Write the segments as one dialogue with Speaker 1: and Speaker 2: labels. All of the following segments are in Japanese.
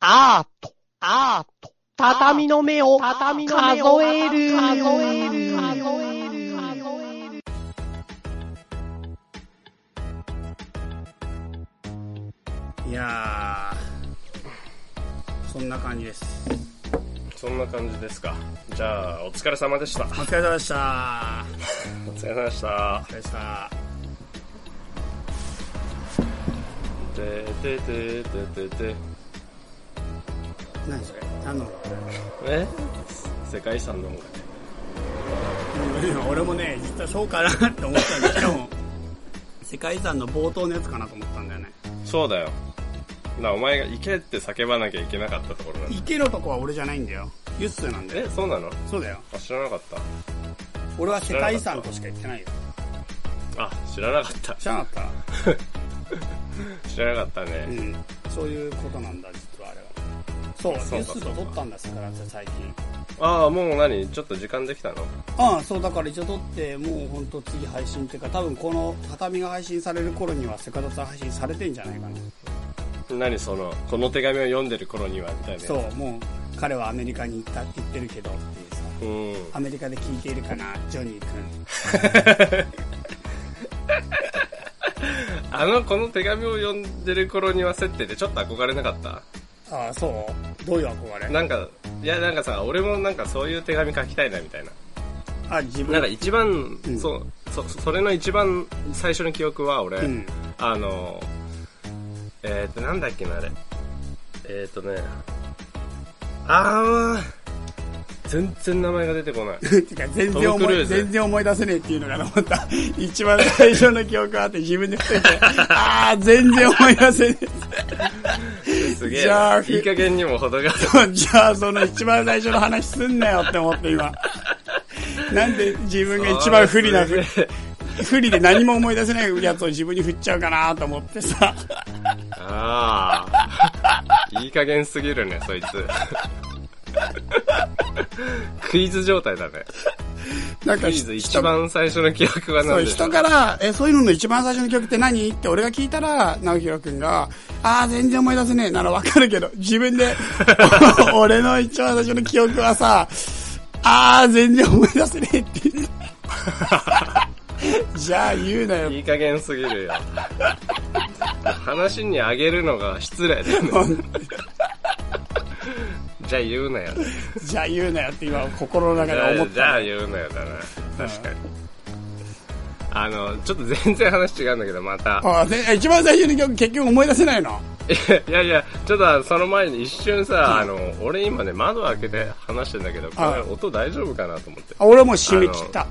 Speaker 1: アート、アート、畳の目を、畳の目を数える、数える、数える、数える。
Speaker 2: いやー、そんな感じです。
Speaker 3: そんな感じですか。じゃあ、お疲れ様でした。
Speaker 2: お疲れ様でした。
Speaker 3: お疲れ様でした。
Speaker 2: お疲れ様でした。
Speaker 3: てててててて。
Speaker 2: 何それ何の音
Speaker 3: え世界遺産の音楽。
Speaker 2: うん俺もね、実はそうかなって思ったんだけ ど、世界遺産の冒頭のやつかなと思ったんだよね。
Speaker 3: そうだよ。な、お前が行けって叫ばなきゃいけなかったところなんだ。
Speaker 2: 池のとこは俺じゃないんだよ。ユッスーなんだよ。
Speaker 3: え、そうなの
Speaker 2: そうだよ。
Speaker 3: あ、知らなかっ
Speaker 2: 俺は世界遺産としか言ってないよ。
Speaker 3: た。あ、知らなかった。
Speaker 2: 知らなかっ
Speaker 3: 知らなかった
Speaker 2: たう
Speaker 3: ね。
Speaker 2: ん。そういうことなんだ、実はあれは。そう、ユ
Speaker 3: そ
Speaker 2: ッ
Speaker 3: うか
Speaker 2: スーと撮ったんですから、最近。
Speaker 3: ああ、もう何ちょっと時間できたの
Speaker 2: ああ、そう、だから一応撮って、もうほんと次配信っていうか、多分この畳が配信される頃にはセカドツは配信されてんじゃないかな。
Speaker 3: 何その、この手紙を読んでる頃には、みたいな。
Speaker 2: そ。う、もう彼はアメリカに行ったって言ってるけどっていうさ。
Speaker 3: うん。
Speaker 2: アメリカで聞いているかな、ジョニー君。
Speaker 3: あの、この手紙を読んでる頃には設定でちょっと憧れなかった
Speaker 2: ああ、そうどういう憧れ
Speaker 3: なんか、いや、なんかさ、俺もなんかそういう手紙書きたいな、みたいな。
Speaker 2: あ、自分。
Speaker 3: なんか一番、
Speaker 2: うん
Speaker 3: そう、そ、それの一番最初の記憶は、俺、
Speaker 2: うん
Speaker 3: あの、えっ、ー、と、なんだっけな、あれ。えっ、ー、とね、あー、全然名前が出て こない。
Speaker 2: てか 全然
Speaker 3: トムク
Speaker 2: 思
Speaker 3: ル
Speaker 2: い、
Speaker 3: ーズ
Speaker 2: 全然思い出せねえっていうのがな思った。一番最初の記憶があって自分で振っといて、ああ、全然思い出せね
Speaker 3: すげえ
Speaker 2: じゃ
Speaker 3: な。
Speaker 2: あ
Speaker 3: いい加減にも程がある。
Speaker 2: え。 じゃあ、その一番最初の話すんなよって思って今。なんで自分が一番不利な、
Speaker 3: すげえ
Speaker 2: 不利で何も思い出せないやつを自分に振っちゃうかなと思って さ。
Speaker 3: ああ。いい加減すぎるね、そいつ。 クイズ状態だね。
Speaker 2: なん
Speaker 3: ク
Speaker 2: か
Speaker 3: イズ一番最初の記憶は
Speaker 2: そ
Speaker 3: 何
Speaker 2: う、
Speaker 3: でしょ
Speaker 2: 人
Speaker 3: う
Speaker 2: から、え、そういうのの一番最初の曲って何って俺が聞いたら、直弘くんが、あー、全然思い出せねえならわかるけど、自分で、 俺の一番最初の記憶はさ、あー、全然思い出せねえ って。じゃあ言うなよ
Speaker 3: い。い加減すぎるよ。話にあげるのが失礼だよね。 じゃあ言うなよ。
Speaker 2: じゃあ言うなよって今心の中
Speaker 3: じ
Speaker 2: で
Speaker 3: ゃ
Speaker 2: 思
Speaker 3: あ
Speaker 2: っ
Speaker 3: じゃ
Speaker 2: た
Speaker 3: あ。言うなよだな。確かに。あの、ちょっと全然話違うんだけど、また。
Speaker 2: あーで一番最初の曲結局思い出せないの
Speaker 3: いやいや、ちょっとあのその前に一瞬さ、あの、俺今ね、窓開けて話してんだけど、こ
Speaker 2: はい
Speaker 3: れ音大丈夫かなと思って。
Speaker 2: あ俺もう締め切った。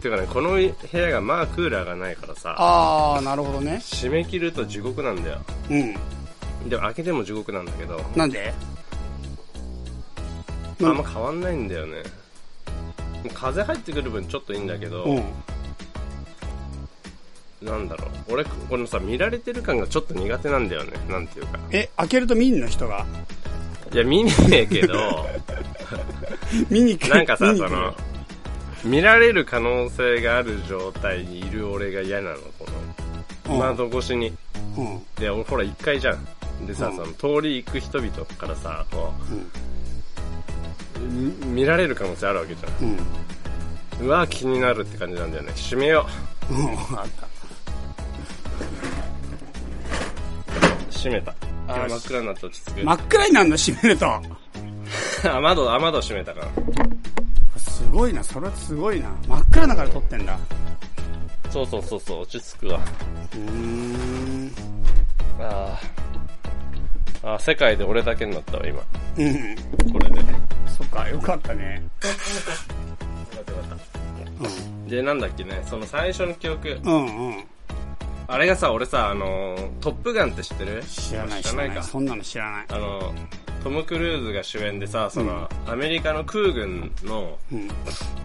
Speaker 3: ていうかね、この部屋がまあクーラーがないからさ、
Speaker 2: あー、なるほどね。
Speaker 3: 締め切ると地獄なんだよ。
Speaker 2: うん。
Speaker 3: でも開けても地獄なんだけど、
Speaker 2: なんで
Speaker 3: あんま変わんないんだよね。風入ってくる分ちょっといいんだけど、
Speaker 2: うん。
Speaker 3: なんだろう。俺、このさ、見られてる感がちょっと苦手なんだよね。なんていうか。
Speaker 2: え、開けると見んの人が。
Speaker 3: いや、見ねえけど、
Speaker 2: 見に来る。
Speaker 3: なんかさ、
Speaker 2: 見に
Speaker 3: そ
Speaker 2: 来る
Speaker 3: の、見られる可能性がある状態にいる俺が嫌なの、こ
Speaker 2: う
Speaker 3: の。
Speaker 2: ん
Speaker 3: 窓越しに。
Speaker 2: うん。うん。
Speaker 3: で、俺ほら、1階じゃん。でさ、
Speaker 2: うん
Speaker 3: その、通り行く人々からさ、こう、み見られる可能性あるわけじゃ
Speaker 2: うん。
Speaker 3: ん。うわ、気になるって感じなんだよね。閉めよ
Speaker 2: うん。あった。
Speaker 3: う。閉めた。あー
Speaker 2: よし
Speaker 3: 真っ暗になって落ち着く。
Speaker 2: 真っ暗になるの閉めると。
Speaker 3: あ、窓、あ、窓閉めたから。
Speaker 2: すごいな、それはすごいな。真っ暗だから撮ってんだ。
Speaker 3: そうそうそうそう、落ち着くわ。
Speaker 2: うーん。
Speaker 3: あーあー、世界で俺だけになったわ、今。
Speaker 2: うん。
Speaker 3: これで。
Speaker 2: そっか、よかったね。
Speaker 3: で、なんだっけね、その最初の記憶。
Speaker 2: うんうん。
Speaker 3: あれがさ、俺さ、あのートップガンって知ってる
Speaker 2: 知らない、
Speaker 3: 知
Speaker 2: 知
Speaker 3: ら
Speaker 2: らな
Speaker 3: な
Speaker 2: いい。
Speaker 3: か。
Speaker 2: そんなの知らない。
Speaker 3: あのートム・クルーズが主演でさ、その、アメリカの空軍の、
Speaker 2: うん。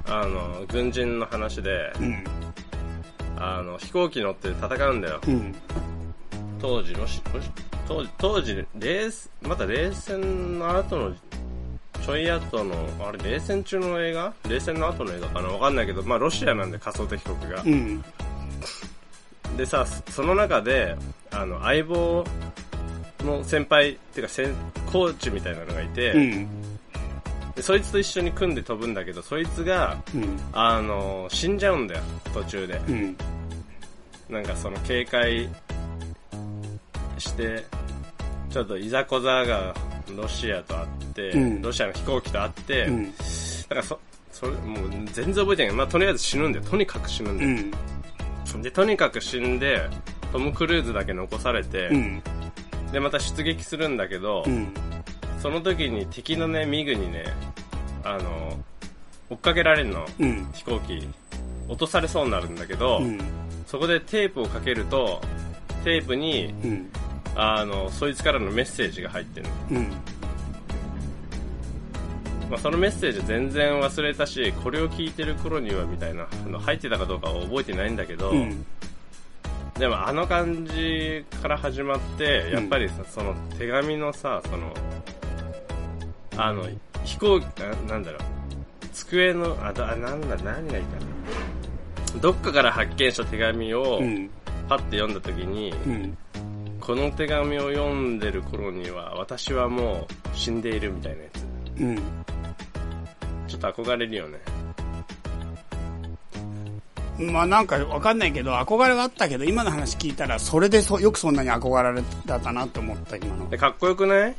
Speaker 3: あのー軍人の話で、
Speaker 2: うん。
Speaker 3: あの、飛行機乗って戦うんだよ。
Speaker 2: うん。
Speaker 3: 当時ロシ、ロシ当時、当時、冷戦、また冷戦の後の、ちょい後の、あれ、冷戦中の映画冷戦の後の映画かなわかんないけど、まあ、ロシアなんで仮想敵国が
Speaker 2: う。ん。
Speaker 3: でさ、その中で、あの、相棒の先輩っていうか先コーチみたいなのがいて、
Speaker 2: うん。
Speaker 3: でそいつと一緒に組んで飛ぶんだけどそいつが
Speaker 2: うん。
Speaker 3: あの死んじゃうんだよ途中で
Speaker 2: うん。
Speaker 3: なんかその警戒してちょっといざこざがロシアとあって、
Speaker 2: うん
Speaker 3: ロシアの飛行機とあって、
Speaker 2: うん。
Speaker 3: だからそそれもう全然覚えてないけど、まあ、とりあえず死ぬんでとにかく死ぬん
Speaker 2: う
Speaker 3: で、
Speaker 2: ん。
Speaker 3: でとにかく死んでトム・クルーズだけ残されて、
Speaker 2: うん。
Speaker 3: でまた出撃するんだけど、
Speaker 2: うん。
Speaker 3: その時に敵のねミグにねあの追っかけられるの
Speaker 2: うん。
Speaker 3: 飛行機落とされそうになるんだけど、
Speaker 2: うん。
Speaker 3: そこでテープをかけるとテープに
Speaker 2: うん。
Speaker 3: あのそいつからのメッセージが入ってるの、
Speaker 2: うん。
Speaker 3: まあ、そのメッセージ全然忘れたしこれを聞いてる頃にはみたいなの入ってたかどうかは覚えてないんだけど、
Speaker 2: うん。
Speaker 3: でもあの感じから始まってやっぱりさ、その手紙のさそのあの飛行機ななんだろう机のあだあなんだ何がいいかなどっかから発見した手紙を
Speaker 2: うん。
Speaker 3: パッて読んだ時に、
Speaker 2: うん。
Speaker 3: この手紙を読んでる頃には私はもう死んでいるみたいなや
Speaker 2: うん。
Speaker 3: つちょっと憧れるよね
Speaker 2: まあなんかわかんないけど、憧れはあったけど、今の話聞いたら、それでそよくそんなに憧れだったなと思った、今の。
Speaker 3: でかっこよくない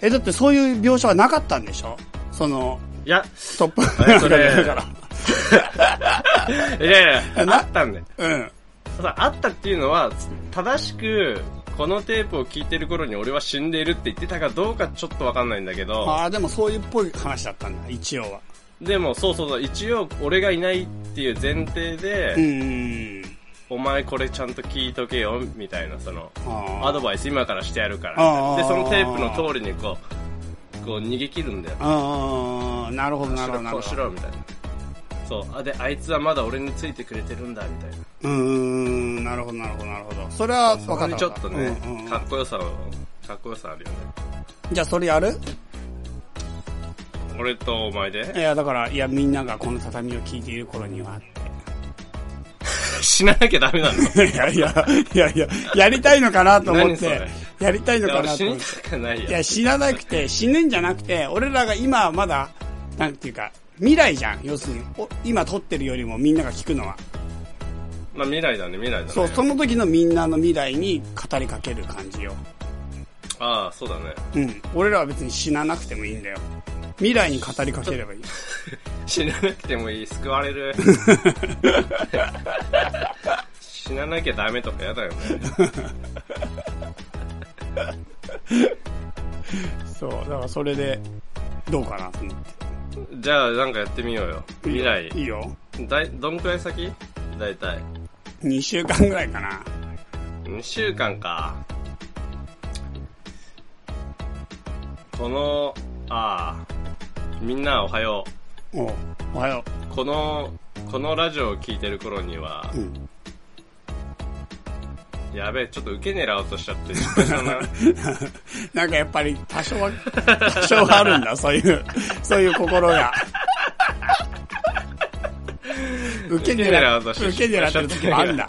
Speaker 2: え、だってそういう描写はなかったんでしょその、
Speaker 3: いや
Speaker 2: トップ
Speaker 3: あれそ
Speaker 2: だ
Speaker 3: れ
Speaker 2: から。
Speaker 3: いやいや
Speaker 2: な
Speaker 3: あったんだよ
Speaker 2: うん。
Speaker 3: ただあったっていうのは正しくこのテープを聞いてる頃に俺は死んでいるって言ってたかどうかちょっとわかんないんだけど
Speaker 2: ああ、でもそういうっぽい話だったんだ、一応は。
Speaker 3: でもそうそうそう一応俺がいないっていう前提で、
Speaker 2: うん。
Speaker 3: お前これちゃんと聞いとけよみたいなその
Speaker 2: あ
Speaker 3: アドバイス今からしてやるから
Speaker 2: あー
Speaker 3: でそのテープの通りにこうこう逃げ切るんだよ
Speaker 2: あー、なるほど、なるほど、なる
Speaker 3: こう
Speaker 2: ほ
Speaker 3: し
Speaker 2: ど。
Speaker 3: ろみたいなそうあであいつはまだ俺についてくれてるんだみたいな
Speaker 2: うーん、なるほど、なるほど、なるほど。それは分か
Speaker 3: そこ
Speaker 2: った
Speaker 3: に
Speaker 2: わ。
Speaker 3: ちょっとね、
Speaker 2: うんうんうん
Speaker 3: かっこよさをかっこよさあるよね
Speaker 2: じゃあそれやる
Speaker 3: 俺とお前で
Speaker 2: いや、だから、いや、みんながこの畳を聞いている頃には。
Speaker 3: 死ななきゃダメな の。
Speaker 2: いやいや、いやいや、やりたいのかなと思っ
Speaker 3: 何そ
Speaker 2: て
Speaker 3: れ、
Speaker 2: やりたいのか
Speaker 3: 俺
Speaker 2: なと
Speaker 3: 死
Speaker 2: 思っ
Speaker 3: に
Speaker 2: て。
Speaker 3: たくない
Speaker 2: い
Speaker 3: よ
Speaker 2: や、。死ななくて、死ぬんじゃなくて、俺らが今はまだ、なんていうか、未来じゃん。要するに、お今撮ってるよりもみんなが聞くのは。
Speaker 3: まあ未来だね、未来だね。
Speaker 2: そう、その時のみんなの未来に語りかける感じよ。
Speaker 3: ああ、そうだね。
Speaker 2: うん。俺らは別に死ななくてもいいんだよ。未来に語りかければいい。
Speaker 3: 死ななくてもいい、救わ れる。死ななきゃダメとかやだよね。
Speaker 2: そう、だからそれで、どうかなと思って。
Speaker 3: じゃあなんかやってみようよ。未来。
Speaker 2: いいよ。
Speaker 3: だいどんくらい先だいたい。
Speaker 2: 2週間ぐらいかな。
Speaker 3: 2週間か。この、ああ、みんなおはよ
Speaker 2: おうおはよ
Speaker 3: う。この、このラジオを聞いてる頃には、
Speaker 2: う。うん。
Speaker 3: やべえ、ちょっと受け狙おうとしちゃって、失敗したな。
Speaker 2: なんかやっぱり多少は、 多少はあるんだ、そういう、そういう心が。受け狙って、受け狙ってる時もあるん だ。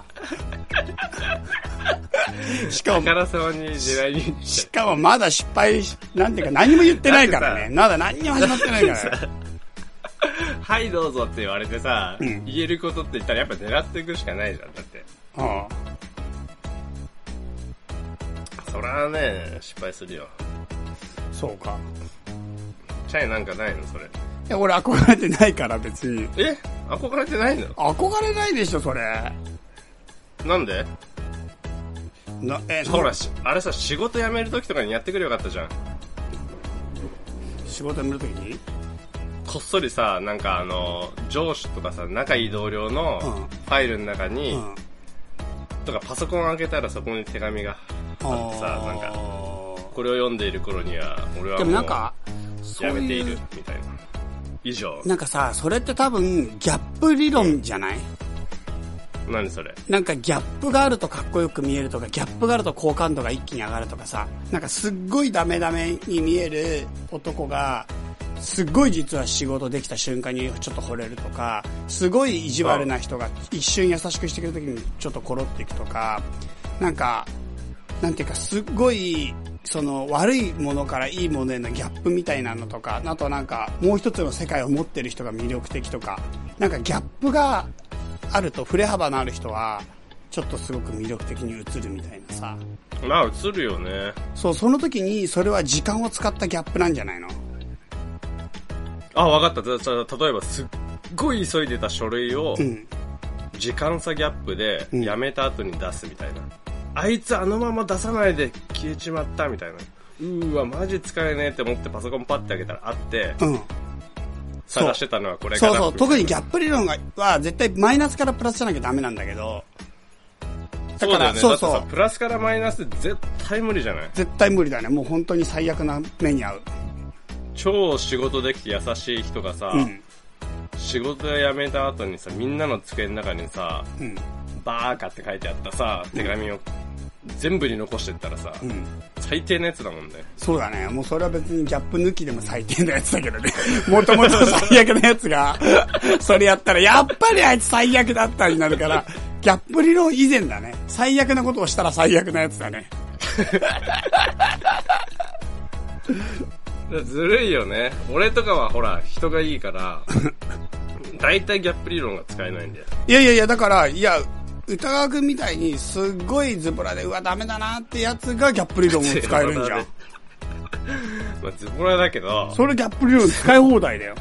Speaker 2: しか
Speaker 3: あか
Speaker 2: も、
Speaker 3: らさまに地雷に行っち
Speaker 2: しかもまだ失敗し、なんていうか何も言ってないから
Speaker 3: だって
Speaker 2: ね。まだ何にも始まってないから ね。
Speaker 3: ゃう。はい、どうぞって言われてさ、
Speaker 2: うん
Speaker 3: 言えることって言ったらやっぱ狙っていくしかないじゃん。だって。
Speaker 2: うん
Speaker 3: そらね、失敗するよ。
Speaker 2: そうか。
Speaker 3: チャイなんかないのそれ。
Speaker 2: いや、俺憧れてないから別に。
Speaker 3: え憧れてないの
Speaker 2: 憧れないでしょ、それ。
Speaker 3: なんで
Speaker 2: な、え、
Speaker 3: ほら、しあれさ、仕事辞める時とかにやってくれよかったじゃん。
Speaker 2: 仕事辞めるときに
Speaker 3: こっそりさ、なんかあの、上司とかさ、仲いい同僚の
Speaker 2: うん
Speaker 3: ファイルの中に、
Speaker 2: うん。
Speaker 3: とかパソコン開けたらそこに手紙が、あってさ、なんか、
Speaker 2: か。
Speaker 3: これを読んでいる頃には、俺は
Speaker 2: で
Speaker 3: も
Speaker 2: もな
Speaker 3: う
Speaker 2: んか、そう
Speaker 3: やめて
Speaker 2: い
Speaker 3: いうる、みたいな。以上。
Speaker 2: なんかさ、それって多分、ギャップ理論じゃない
Speaker 3: 何それ
Speaker 2: なんかギャップがあるとかっこよく見えるとか、ギャップがあると好感度が一気に上がるとかさ、なんかすっごいダメダメに見える男が、すっごい実は仕事できた瞬間にちょっと惚れるとか、すごい意地悪な人が一瞬優しくしてくれるときにちょっとコロっていくとか、なんか、なんていうか、すっごい、その、悪いものからいいものへのギャップみたいなのとか、あとなんか、もう一つの世界を持ってる人が魅力的とか、なんかギャップがあると、振れ幅のある人は、ちょっとすごく魅力的に映るみたいなさ。
Speaker 3: まあ、映るよね。
Speaker 2: そう、その時に、それは時間を使ったギャップなんじゃないの
Speaker 3: あ、わかった。たた例えば、すっごい急いでた書類を、
Speaker 2: うん。
Speaker 3: 時間差ギャップで、
Speaker 2: うん
Speaker 3: やめた後に出すみたいな。あいつあのまま出さないで消えちまったみたいな。うーわ、マジ使えねえって思ってパソコンパッて開けたらあって、
Speaker 2: うん。そう
Speaker 3: 探してたのはこれか
Speaker 2: そう
Speaker 3: な。
Speaker 2: そう、特にギャップ理論が、は絶対マイナスからプラスじゃなきゃダメなんだけど、だ
Speaker 3: そう
Speaker 2: か
Speaker 3: だ
Speaker 2: ら、
Speaker 3: よね。
Speaker 2: そ
Speaker 3: だ
Speaker 2: う
Speaker 3: って
Speaker 2: そう
Speaker 3: さ、、プラスからマイナスって絶対無理じゃない
Speaker 2: 絶対無理だね。もう本当に最悪な目に遭う。
Speaker 3: 超仕事できて優しい人がさ、
Speaker 2: うん。
Speaker 3: 仕事辞めた後にさ、みんなの机の中にさ、
Speaker 2: うん。
Speaker 3: バーカって書いてあったさ、手紙を全部に残してったらさ、
Speaker 2: うん。
Speaker 3: 最低なやつだもんね。
Speaker 2: そうだね。もうそれは別にギャップ抜きでも最低なやつだけどね。 もともと最悪なやつが、それやったら、やっぱりあいつ最悪だったになるから、ギャップ理論以前だね。最悪なことをしたら最悪なやつだね。
Speaker 3: だからずるいよね。俺とかはほら、人がいいから、大体ギャップ理論が使えないんだよ。
Speaker 2: いやいやいや、だから、いや、歌川くんみたいに、すっごいズボラで、うわ、ダメだなってやつがギャップ理論を 使えるんじゃん。
Speaker 3: まあ、ズボラだけど、
Speaker 2: それギャップ理論使い放題だよ。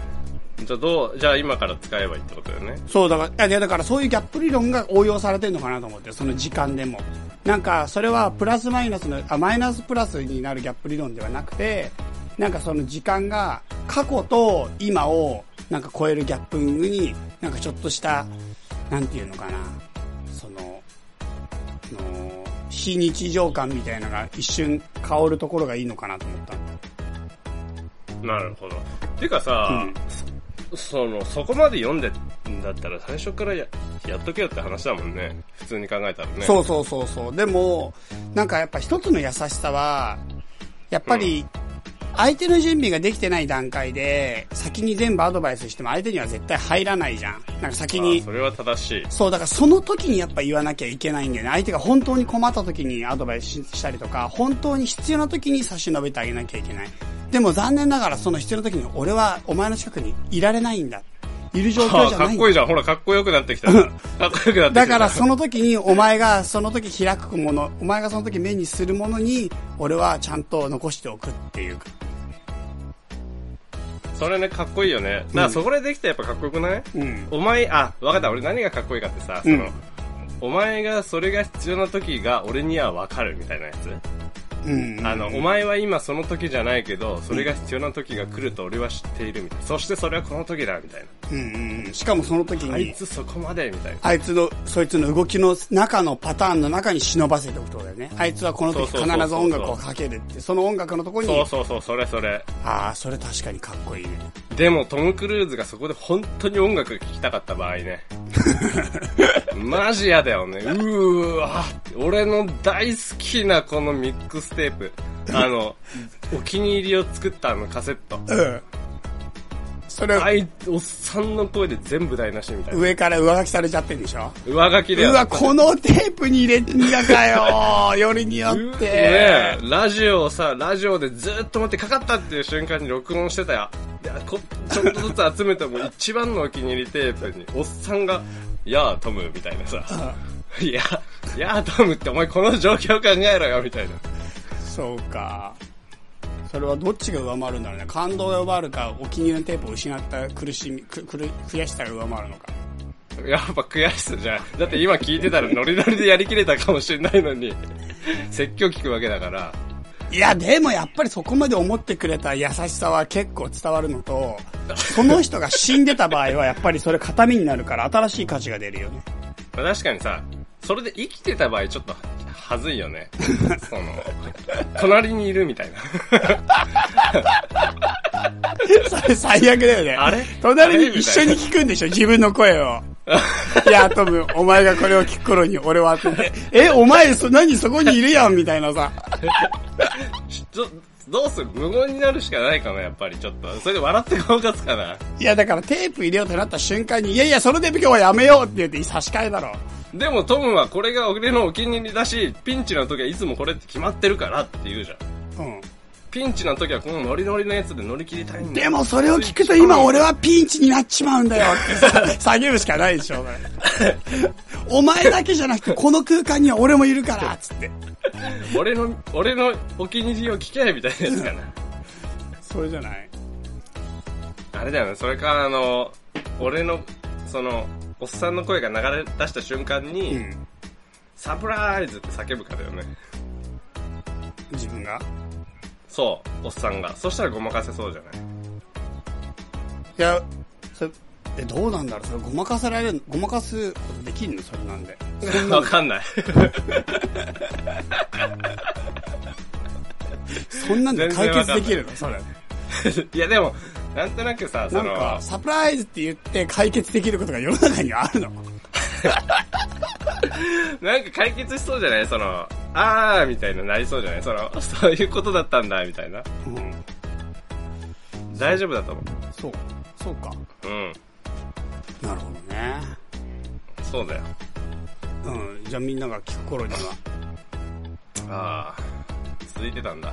Speaker 3: じゃあどう、じゃあ今から使えばいいってことだよね。
Speaker 2: そうだからいやいやだからそういうギャップ理論が応用されてるのかなと思ってその時間でもなんかそれはプラスマイナスのあマイナスプラスになるギャップ理論ではなくてなんかその時間が過去と今をなんか超えるギャップになんかちょっとしたなんていうのかなそのあの非日常感みたいなのが一瞬香るところがいいのかなと思った
Speaker 3: なるほど。てかさ、
Speaker 2: うん
Speaker 3: その、そこまで読んでんだったら最初からややっとけよって話だもんね。普通に考えたらね。
Speaker 2: そうそうそうそう。でも、なんかやっぱ一つの優しさは、やっぱり、相手の準備ができてない段階で、先に全部アドバイスしても相手には絶対入らないじゃん。なんか先
Speaker 3: あ
Speaker 2: に
Speaker 3: そ。れは正しい。
Speaker 2: そう、だからその時にやっぱ言わなきゃいけないんだよね。相手が本当に困った時にアドバイスししたりとか、本当に必要な時に差し伸べてあげなきゃいけない。でも残念ながらその必要な時に俺はお前の近くにいられないんだ。いる状況
Speaker 3: あ
Speaker 2: じゃ
Speaker 3: か
Speaker 2: ない
Speaker 3: っ
Speaker 2: ん
Speaker 3: こい
Speaker 2: だ
Speaker 3: い。じゃん。ほら、かっこよくなってきた。かっこよくなってきた。
Speaker 2: だからその時にお前がその時開くもの、お前がその時目にするものに、俺はちゃんと残しておくっていうか。
Speaker 3: それね、かっこいいよね。だからそこでできたらやっぱかっこよくない、
Speaker 2: うん。
Speaker 3: お前、あ、わかった。俺何がかっこいいかってさ、その、
Speaker 2: うん
Speaker 3: お前がそれが必要な時が俺にはわかるみたいなやつ。
Speaker 2: うん。
Speaker 3: あの、お前は今その時じゃないけど、それが必要な時が来ると俺は知っているみたいな。そしてそれはこの時だ、みたい
Speaker 2: うんうんうん。しかもその時
Speaker 3: な。あい
Speaker 2: に、
Speaker 3: つそこまで、みたいな。
Speaker 2: あいつの、そいつの動きの中のパターンの中に忍ばせておくってことだよね。あいつはこの時
Speaker 3: そう
Speaker 2: 必
Speaker 3: そうそう
Speaker 2: ず
Speaker 3: そう
Speaker 2: 音楽をかけるって、その音楽のとこに、
Speaker 3: そうそうそう、それそれ。
Speaker 2: ああ、それ確かにかっこいいね。
Speaker 3: でも、トム・クルーズがそこで本当に音楽聴きたかった場合 ね。マジやだよね。うーわ。俺の大好きなこのミックステープ。あ の、お気に入りを作ったあのカセット。
Speaker 2: うん。それ、
Speaker 3: あい、おっさんの声で全部台無しみたいな。
Speaker 2: 上から上書きされちゃってるんでしょ
Speaker 3: 上書き
Speaker 2: う
Speaker 3: で。
Speaker 2: わ、このテープに入れてみや かよよりによ
Speaker 3: う
Speaker 2: っ
Speaker 3: ね
Speaker 2: て
Speaker 3: え。ラジオをさ、ラジオでずっと待ってかかったっていう瞬間に録音してたよ。いやこちょっとずつ集めても一番のお気に入りテープに、おっさんが、やあ、トム、みたいなさ。いや、やあ、トムってお前この状況考えろよ、みたいな。
Speaker 2: そうか。それはどっちが上回るんだろうね。感動が上回るか、お気に入りのテープを失った苦しみ、く、くる、悔しさが上回るのか。
Speaker 3: やっぱ悔しさじゃん。だって今聞いてたらノリノリでやりきれたかもしれないのに、説教聞くわけだから。
Speaker 2: いや、でもやっぱりそこまで思ってくれた優しさは結構伝わるのと、その人が死んでた場合はやっぱりそれ形見になるから新しい価値が出るよね。
Speaker 3: まあ確かにさ、それで生きてた場合ちょっとはずいよね。その、隣にいるみたいな。
Speaker 2: それ最悪だよね。
Speaker 3: あれ
Speaker 2: 隣に一緒に聞くんでしょ自分の声 を。いや、トム、お前がこれを聞く頃に俺は当てて、え、お前、そ、何そこにいるやんみたいなさ。
Speaker 3: ちょどうする無言になるしかないかな、やっぱりちょっと。それで笑って顔がつかな。
Speaker 2: いや、だからテープ入れようとなった瞬間に、いやいや、そのテープ今日はやめようって言って差し替えだろ。
Speaker 3: でもトムはこれが俺のお気に入りだし、ピンチの時はいつもこれって決まってるからって言うじゃん。
Speaker 2: う
Speaker 3: ピンチの時はこのノリノリのやつで乗り切りたいん
Speaker 2: ん。
Speaker 3: だ
Speaker 2: でもそれを聞くと今俺はピンチになっちまうんだよって さ叫ぶしかないでしょ、それお前 だけじゃなくてこの空間には俺もいるから、つって。
Speaker 3: 俺の、俺のお気に入りを聞けみたいなやつかな。
Speaker 2: それじゃない
Speaker 3: あれだよね、それかあの、俺の、その、おっさんの声が流れ出した瞬間に、
Speaker 2: うん。
Speaker 3: サプライズって叫ぶかだよね。
Speaker 2: 自分が
Speaker 3: そう、おっさんが。そしたらごまかせそうじゃない
Speaker 2: いや、それ、え、どうなんだろうそれごまかせられる、ごまかすことできるのそれなんで。
Speaker 3: わかんない。
Speaker 2: そんなんで解決できるのそれ。
Speaker 3: いやでも、なんとなくさ、そ
Speaker 2: なん
Speaker 3: の、
Speaker 2: か、サプライズって言って解決できることが世の中にはあるの
Speaker 3: なんか解決しそうじゃないその、あーみたいななりそうじゃないその、 そういうことだったんだ、みたいな。
Speaker 2: うん。
Speaker 3: 大丈夫だと思う。
Speaker 2: そう。そうか。
Speaker 3: うん。
Speaker 2: なるほどね。
Speaker 3: そうだよ。
Speaker 2: うん。じゃあみんなが聞く頃には。
Speaker 3: あー続いてたんだ。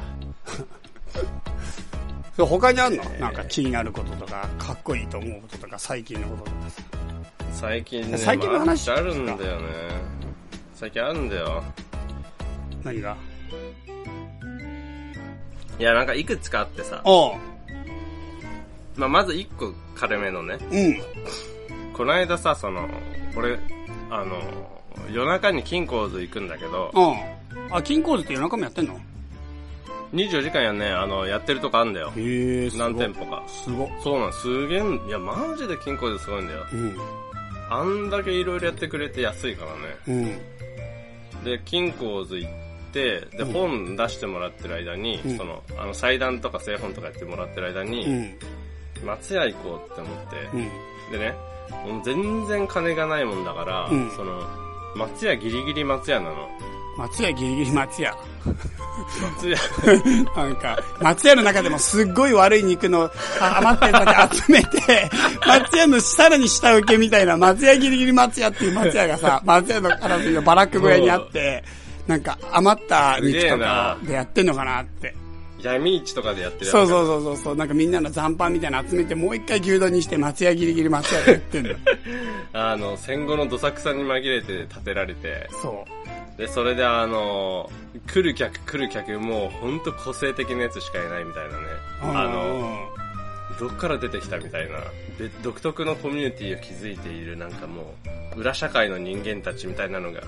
Speaker 2: それ他にあんのなんか気になることとか、かっこいいと思うこととか、最近のこととか。
Speaker 3: 最近ね、
Speaker 2: 最近の
Speaker 3: まあ
Speaker 2: 話
Speaker 3: あるんだよね。最近あるんだよ。
Speaker 2: 何が
Speaker 3: いや、なんかいくつかあってさ、
Speaker 2: おう。
Speaker 3: まあ、まず一個軽めのね、
Speaker 2: うん。
Speaker 3: この間さ、その、俺、あの、夜中に金庫図行くんだけど、
Speaker 2: うん。あ、金工事って夜中もやってんの
Speaker 3: 24時間やね、あの、やってるとこあんだよ。
Speaker 2: へえ
Speaker 3: 何店舗か。
Speaker 2: すご。
Speaker 3: そうなん、すげえん、いや、マジで金庫図すごいんだよ。
Speaker 2: うん。
Speaker 3: あんだけいろいろやってくれて安いからね。
Speaker 2: うん。
Speaker 3: で、金庫図行って、で、
Speaker 2: うん
Speaker 3: 本出してもらってる間に、
Speaker 2: うん
Speaker 3: その、あの、祭壇とか製本とかやってもらってる間
Speaker 2: う
Speaker 3: に、
Speaker 2: ん。
Speaker 3: 松屋行こうって思って、
Speaker 2: うん。
Speaker 3: でね、もう全然金がないもんだから、
Speaker 2: うん
Speaker 3: その、松屋ギリギリ松屋なの。
Speaker 2: 松屋ギリギリ松屋。
Speaker 3: 松屋、
Speaker 2: なんか、松屋の中でもすっごい悪い肉のあ余ってるだけ集め て、松屋のさらに下請けみたいな松屋ギリギリ松屋っていう松屋がさ、松屋のからのバラック小屋にあって、なんか余った肉
Speaker 3: すげえ
Speaker 2: とか
Speaker 3: な
Speaker 2: でやってんのかなって。
Speaker 3: 闇市とかでやってるやつ
Speaker 2: そうそうそうそうそう、なんかみんなの残飯みたいなの集めてもう一回牛丼にして松屋ギリギリ松屋でやってん の。
Speaker 3: あの、戦後のどさくさに紛れて建てられて、
Speaker 2: そ
Speaker 3: で、それであの、来る客来る客、もうほんと個性的なやつしかいないみたいなね。
Speaker 2: う。
Speaker 3: あ
Speaker 2: う
Speaker 3: の、
Speaker 2: ん
Speaker 3: どっから出てきたみたいな、で独特のコミュニティを築いているなんかもう、裏社会の人間たちみたいなのが、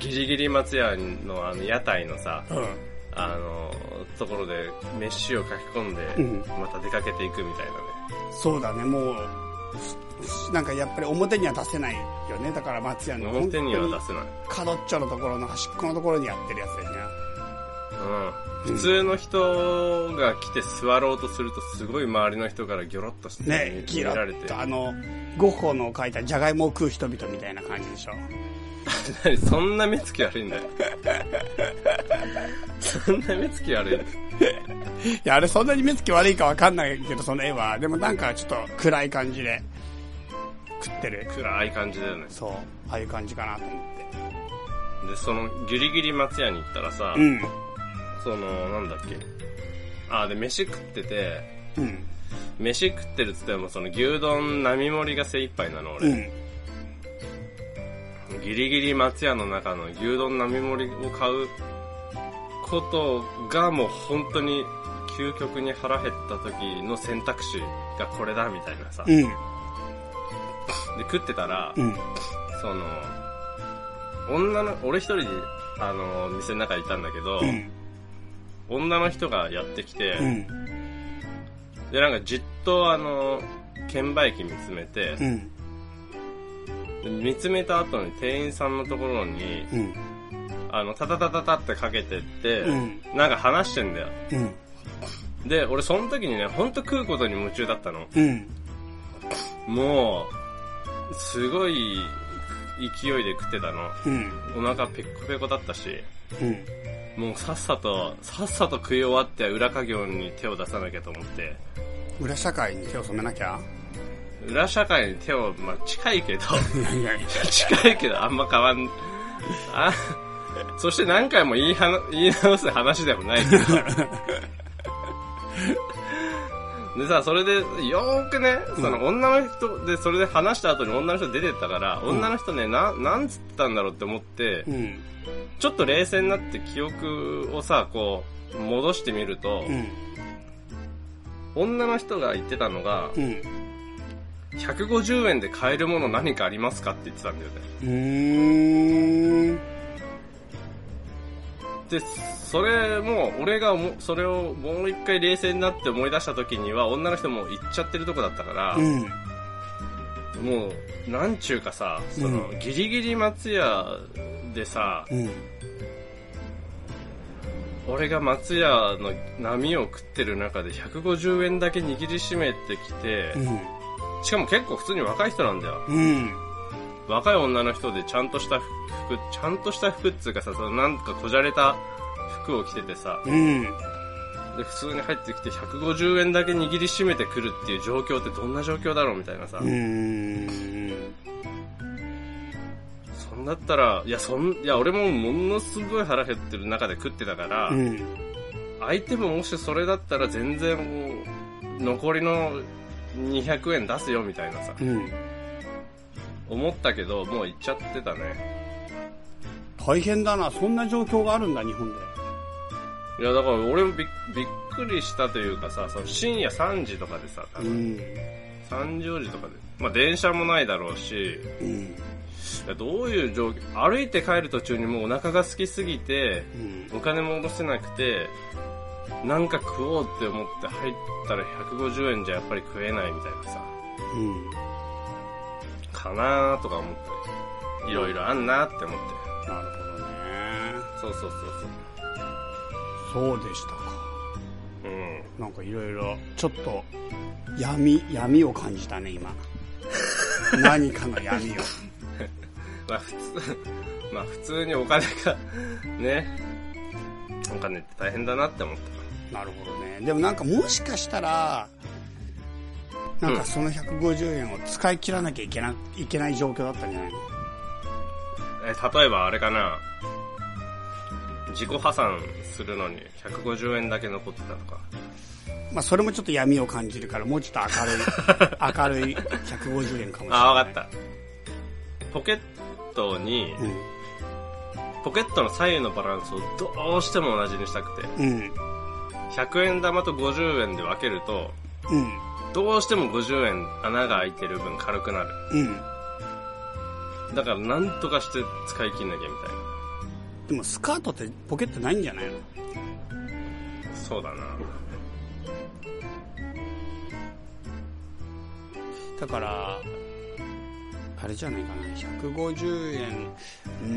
Speaker 3: ギリギリ松屋のあの屋台のさ、
Speaker 2: うん。
Speaker 3: あの、ところで飯を書き込ん
Speaker 2: うん
Speaker 3: で、また出かけていくみたいなね。
Speaker 2: そうだね、もう、すなんかやっぱり表には出せないよね。だから松屋の
Speaker 3: 表には
Speaker 2: 本当
Speaker 3: 出せない。
Speaker 2: 角っちょのところの端っこのところにやってるやつだよね。
Speaker 3: うん、普通の人が来て座ろうとするとすごい周りの人からギョロッとして
Speaker 2: ね、
Speaker 3: 見
Speaker 2: ギラ
Speaker 3: られ
Speaker 2: ッ
Speaker 3: て、
Speaker 2: とあの、ゴッホの描いたジャガイモを食う人々みたいな感じでしょ。
Speaker 3: 何 そんな目つき悪いんだよ そんな目つき悪い
Speaker 2: いや、あれそんなに目つき悪いかわかんないけど、その絵は。でもなんかちょっと暗い感じで食ってる。
Speaker 3: 暗い感じだよね
Speaker 2: そう、ああいう感じかなと思って。
Speaker 3: でそのギリギリ松屋に行ったらさ、
Speaker 2: うん、
Speaker 3: そのなんだっけあで飯食ってて
Speaker 2: うん、
Speaker 3: 飯食ってるっつってもその牛丼並盛りが精一杯なの俺、
Speaker 2: うん。
Speaker 3: ギリギリ松屋の中の牛丼並盛りを買うことがもう本当に究極に腹減った時の選択肢がこれだみたいなさ。
Speaker 2: う
Speaker 3: で、
Speaker 2: ん、
Speaker 3: 食ってたら
Speaker 2: う、ん、
Speaker 3: その、女の、俺一人で、あの、店の中にいたんだけど
Speaker 2: う、ん、
Speaker 3: 女の人がやってきて
Speaker 2: う、ん、
Speaker 3: で、なんかじっとあの、券売機見つめて
Speaker 2: う、ん、
Speaker 3: で見つめた後に店員さんのところに、
Speaker 2: うん、
Speaker 3: あの、タタタタタってかけてって
Speaker 2: うん、
Speaker 3: なんか話してんだよ。
Speaker 2: うん、
Speaker 3: で、俺その時にね、ほんと食うことに夢中だったの。
Speaker 2: うん。
Speaker 3: もう、すごい勢いで食ってたの。
Speaker 2: うん、
Speaker 3: お腹ペッコペコだったし、
Speaker 2: うん、
Speaker 3: もうさっさと、さっさと食い終わって裏家業に手を出さなきゃと思って、
Speaker 2: 裏社会に手を染めなきゃ
Speaker 3: 裏社会に手を、まあ、近いけど、
Speaker 2: いやいや
Speaker 3: 近いけどあんま変わん、あ、そして何回も言いはな言い直す話でもな いけど。でさ、それで、よーくね、その女の人で、それで話した後に女の人出てったから、女の人ね、な、なんつったんだろうって思って、
Speaker 2: うん。
Speaker 3: ちょっと冷静になって記憶をさ、こう、戻してみると、
Speaker 2: うん。
Speaker 3: 女の人が言ってたのが、
Speaker 2: うん。
Speaker 3: 150円で買えるもの何かありますかって言ってたんだよね。
Speaker 2: うーん。
Speaker 3: で、それも、俺がもうそれをもう一回冷静になって思い出した時には、女の人も行っちゃってるとこだったから、
Speaker 2: うん。
Speaker 3: もう、なんちゅうかさ、その、
Speaker 2: う
Speaker 3: ギリギリ松屋でさ、
Speaker 2: うん。
Speaker 3: 俺が松屋の波を食ってる中で150円だけ握りしめてきて
Speaker 2: う、ん。
Speaker 3: しかも結構普通に若い人なんだよ。
Speaker 2: うん。
Speaker 3: 若い女の人でちゃんとした服、ちゃんとした服っつうかさ、そのなんかこじゃれた服を着ててさ、
Speaker 2: うん。
Speaker 3: で普通に入ってきて150円だけ握りしめてくるっていう状況ってどんな状況だろうみたいなさ、
Speaker 2: うん。
Speaker 3: そんだったらいやそんいや俺もものすごい腹減ってる中で食ってたから、
Speaker 2: うん。
Speaker 3: 相手ももしそれだったら全然もう残りの200円出すよみたいなさ
Speaker 2: うん。
Speaker 3: 思ったけどもう行っちゃってたね
Speaker 2: 大変だな。そんな状況があるんだ、日本で。
Speaker 3: いやだから俺もびっびっくりしたというかさその深夜3時とかでさ多
Speaker 2: う
Speaker 3: 分
Speaker 2: ん。
Speaker 3: 3時4時とかで、まあ、電車もないだろうし
Speaker 2: うん。
Speaker 3: いやどういう状況歩いて帰る途中にもうお腹が空きすぎて
Speaker 2: うん。
Speaker 3: お金も下ろせなくてなんか食おうって思って入ったら150円じゃやっぱり食えないみたいなさ
Speaker 2: うん。
Speaker 3: かなーとか思っていろいろあんなって思って
Speaker 2: なるほどね。
Speaker 3: そうそうそう
Speaker 2: そうでしたか。
Speaker 3: そううん
Speaker 2: なんかいろいろ、ちょっと、闇、闇を感じたね、今。何かの闇を。
Speaker 3: まあ普通 まあ普通にお金がねお金って大変だなって思った
Speaker 2: なるほどね。でもなんかもしかしたら、なんかその150円を使い切らなきゃいけな、いけない状況だったんじゃないの
Speaker 3: え例えばあれかな自己破産するのに150円だけ残ってたとか
Speaker 2: まあそれもちょっと闇を感じるから、もうちょっと明る い、明るい150円かもしれない。
Speaker 3: ああ、わかっ。た。ポケットに、
Speaker 2: う
Speaker 3: ポケットの左右のバランスをどうしても同じにしたくて、
Speaker 2: ん。うん。
Speaker 3: 100円玉と50円で分けると、
Speaker 2: うん。
Speaker 3: どうしても50円穴が開いてる分軽くなる。
Speaker 2: うん。
Speaker 3: だからなんとかして使い切んなきゃみ
Speaker 2: でもスカートってポケットないんじゃないの
Speaker 3: たいな。そうだな。
Speaker 2: だから、あれじゃないかな、150円、うー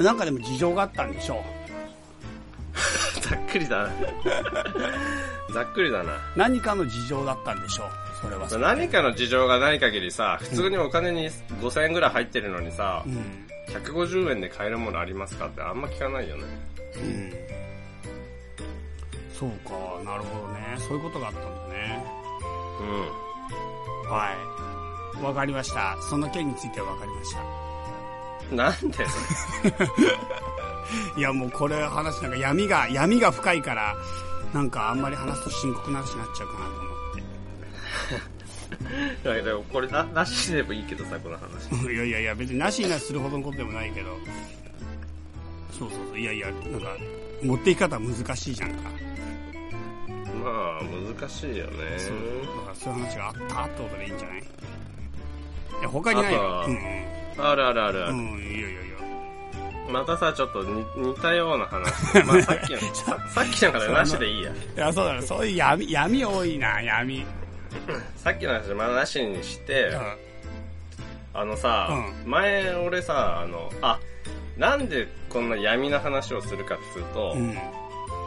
Speaker 2: ん、なんかでも事情があったんでしょ
Speaker 3: ざっくりだな。ざっくりだな。
Speaker 2: う。何かの事情だったんでしょう。それはそれ
Speaker 3: 何かの事情がない限りさ、普通にお金に5000円ぐらい入ってるのにさ
Speaker 2: う、ん。
Speaker 3: 150円で買えるものありますかってあんま聞かないよね。
Speaker 2: うん。そうか、なるほどね。そういうことがあったんだね。
Speaker 3: うん。
Speaker 2: はい。わかりました。その件についてはわかりました。
Speaker 3: なんで
Speaker 2: いやもうこれ話なんか闇が、闇が深いから、なんかあんまり話すと深刻な話になっちゃうかなと思って。
Speaker 3: いやでもこれななしでもいいけどさこの話
Speaker 2: いやいやいや、別になしになするほどのことでもないけど。そうそうそう。いやいや、なんか、持っていき方難しいじゃんか。
Speaker 3: まあ難しいよね
Speaker 2: そう。だからそういう話があったってことでいいんじゃないいや、他にない
Speaker 3: あと
Speaker 2: よ
Speaker 3: は。
Speaker 2: うん
Speaker 3: あるあるあるあ
Speaker 2: う
Speaker 3: る、
Speaker 2: ん。うん、いいよいいよいいよ。
Speaker 3: またさちょっとに似たような 話まあさっきのささっきのからなしでいいや
Speaker 2: いや、そうだね。そういう闇、闇多いな、闇。
Speaker 3: さっきの話まあなしにして、
Speaker 2: う
Speaker 3: あのさ、前俺さあのあなんでこんな闇の話をするかっつうと、
Speaker 2: ん。うん。うん。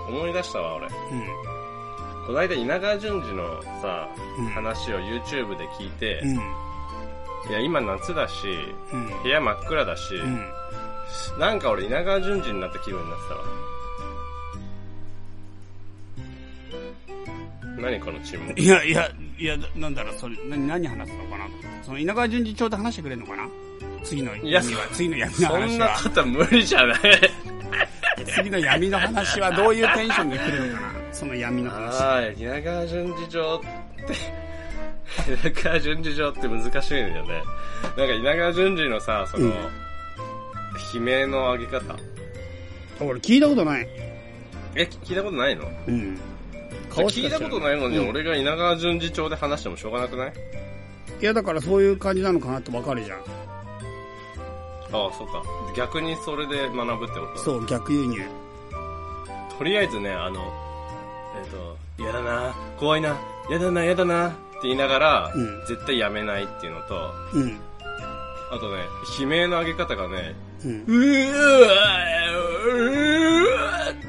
Speaker 3: 思い出したわ俺この間稲川淳二のさ
Speaker 2: うん
Speaker 3: 話を YouTube で聞いて、
Speaker 2: うん。
Speaker 3: いや今夏だし
Speaker 2: うん。
Speaker 3: 部屋真っ暗だし、
Speaker 2: うん。
Speaker 3: なんか俺稲川淳二になった気分になってたわ何このチーム。
Speaker 2: いやいやいやなんだろうそれ何何話すのかなその稲川淳二ちょうど話してくれるのかな次の
Speaker 3: いや
Speaker 2: 闇は次の闇の
Speaker 3: そん
Speaker 2: 話
Speaker 3: な
Speaker 2: は
Speaker 3: こと無理じ ゃない。
Speaker 2: 次の闇の話はどういうテンションで来るのかなその闇の話
Speaker 3: ああ、稲川淳二帳って、稲川淳二帳って難しいんだよね。なんか稲川淳二のさ、その、
Speaker 2: うん
Speaker 3: 悲鳴の上げ方。
Speaker 2: 俺聞いたことない
Speaker 3: え、聞聞いたことないの
Speaker 2: うん
Speaker 3: 聞いたことないのに、
Speaker 2: うん
Speaker 3: 俺が稲川淳二帳で話してもしょうがなくない
Speaker 2: いやだからそういう感じなのかなってわかるじゃん
Speaker 3: ああ、そうか。逆にそれで学ぶってことだ
Speaker 2: そう逆輸入
Speaker 3: とりあえずね、あの、えっ、と、やだな、怖いな、やだな、やだな、って言いながら、
Speaker 2: うん
Speaker 3: 絶対やめないっていうのと、
Speaker 2: うん
Speaker 3: あとね、悲鳴の上げ方がね、
Speaker 2: うん
Speaker 3: うーうー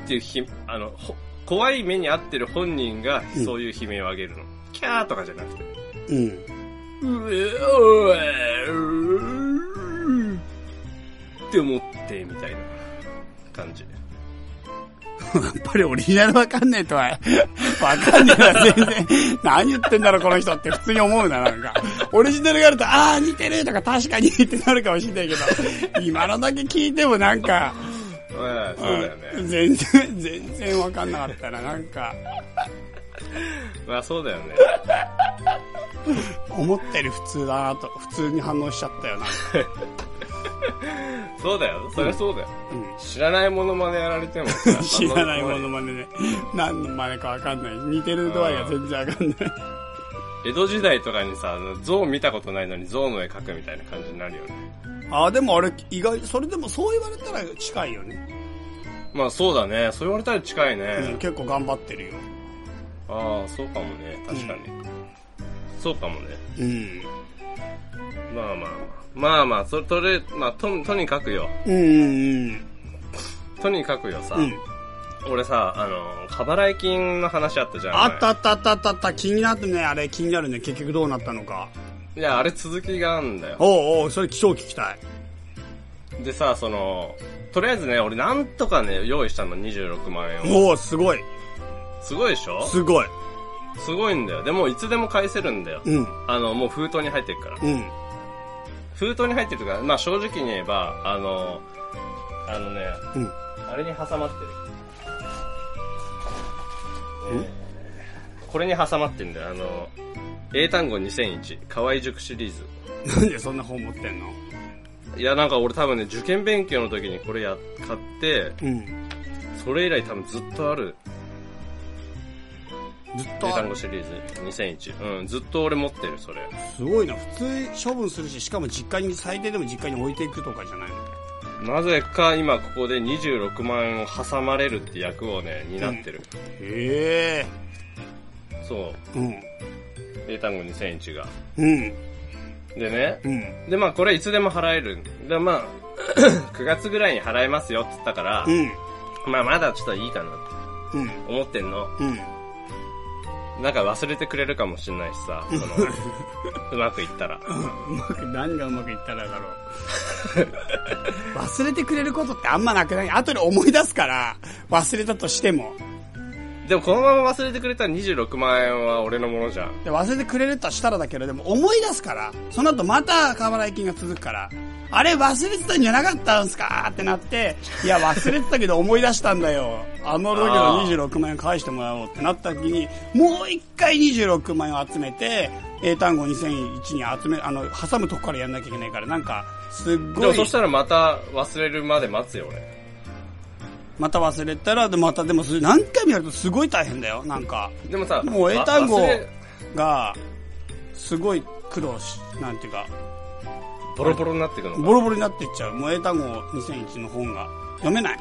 Speaker 3: っていうひ、あの、ほ怖い目に遭ってる本人が
Speaker 2: うん
Speaker 3: そういう悲鳴を上げるの。キャーとかじゃなくて。
Speaker 2: うん
Speaker 3: うーうーって思って、みたいな感じ。
Speaker 2: やっぱりオリジナルわかんねえとは、 わかんねえな、全然。何言ってんだろ、この人って普通に思うな、なんか。オリジナルがあると、あー、似てるとか確かにってなるかもしれないけど、今のだけ聞いてもなんか、
Speaker 3: うん、そうだよ
Speaker 2: うん
Speaker 3: ね。
Speaker 2: 全然、全然わかんなかったら、なんか、
Speaker 3: まあそうだよね。
Speaker 2: 思ったより普通だなと、普通に反応しちゃったよな。
Speaker 3: そうだよ。そりゃそうだよ。
Speaker 2: うん
Speaker 3: 知らないものまでやられて もさ
Speaker 2: 知らないものまねで、何のまねかわかんない。似てる度合いが全然わかんない。
Speaker 3: 江戸時代とかにさ、象見たことないのに象の絵描くみたいな感じになるよね。
Speaker 2: あー、でもあれ、意外、それでもそう言われたら近いよね。
Speaker 3: まあそうだね。そう言われたら近いね。
Speaker 2: うん、結構頑張ってるよ。
Speaker 3: ああ、そうかもね。確かに。そうかもね。
Speaker 2: うん。
Speaker 3: まあまあまあ。まあまあ、それ、とれ、まあ、と、とにかくよ。
Speaker 2: うんうんうん。
Speaker 3: とにかくよさ、
Speaker 2: うん。
Speaker 3: 俺さ、あの、過払い金の話あったじゃん。
Speaker 2: あったあったあったあったあった。気になってね、あれ気になるね。結局どうなったのか。
Speaker 3: 前いや、あれ続きがあんだよ。
Speaker 2: おうおう、それ気象聞きたい。
Speaker 3: でさ、その、とりあえずね、俺なんとかね、用意したの、26万円を。
Speaker 2: おお、すごい。
Speaker 3: すごいでしょ
Speaker 2: すごい。
Speaker 3: すごいんだよ。でも、いつでも返せるんだよ。
Speaker 2: うん。
Speaker 3: あの、もう封筒に入ってるから。
Speaker 2: うん。
Speaker 3: 封筒に入ってるというから、まあ正直に言えば、あの、あのね、
Speaker 2: うん。
Speaker 3: あれに挟まってる。これに挟まってるんだよ。あの、英単語2001、河合塾シリーズ。
Speaker 2: なんでそんな本持ってんの
Speaker 3: いや、なんか俺多分ね、受験勉強の時にこれや、買って、
Speaker 2: うん。
Speaker 3: それ以来多分ずっとある
Speaker 2: ずっ
Speaker 3: 英
Speaker 2: とあ
Speaker 3: 単
Speaker 2: る
Speaker 3: 語。シリーズ2001。うん、ずっと俺持ってる、それ。
Speaker 2: すごいな。普通処分するし、しかも実家に、最低でも実家に置いていくとかじゃないの
Speaker 3: なぜか今ここで26万円を挟まれるって役をね、担ってる。
Speaker 2: へえ。
Speaker 3: そう。
Speaker 2: うん。
Speaker 3: 英単語2001が。
Speaker 2: うん。
Speaker 3: でね、
Speaker 2: うん。
Speaker 3: で、まあ、これいつでも払える。で、まあ、9月ぐらいに払えますよって言ったから
Speaker 2: う、ん。
Speaker 3: まあ、まだちょっといいかな
Speaker 2: うん。
Speaker 3: と思ってんの。
Speaker 2: うん。
Speaker 3: なんか忘れてくれるかもしんないしさ、そ の、うまくいったら。
Speaker 2: うまく、何がうまくいったらだろう。忘れてくれることってあんまなくない後で思い出すから、忘れたとしても。
Speaker 3: でも、このまま忘れてくれたら26万円は俺のものじゃん。
Speaker 2: で忘れてくれるとしたらだけど、でも思い出すから、その後また過払い金が続くから、あれ忘れてたんじゃなかったんすかってなって、いや忘れてたけど思い出したんだよ。あの時の26万円返してもらおうってなった時に、もう一回26万円を集めて、英単語2001に集め、あの、挟むとこからやんなきゃいけないから、なんか、すっ
Speaker 3: で
Speaker 2: ご
Speaker 3: も、
Speaker 2: い
Speaker 3: そし、たらまた忘れるまで待つよ、俺。
Speaker 2: また忘れたら、でまたでもそれ何回もやるとすごい大変だよ、なんか。
Speaker 3: でもさ、
Speaker 2: もう英単語
Speaker 3: わ忘れ
Speaker 2: が、すごい苦労し、なんていうか、
Speaker 3: ボロボロになってくのか。
Speaker 2: ボロボロになっていっちゃう。もう英単語2001の本が読めない。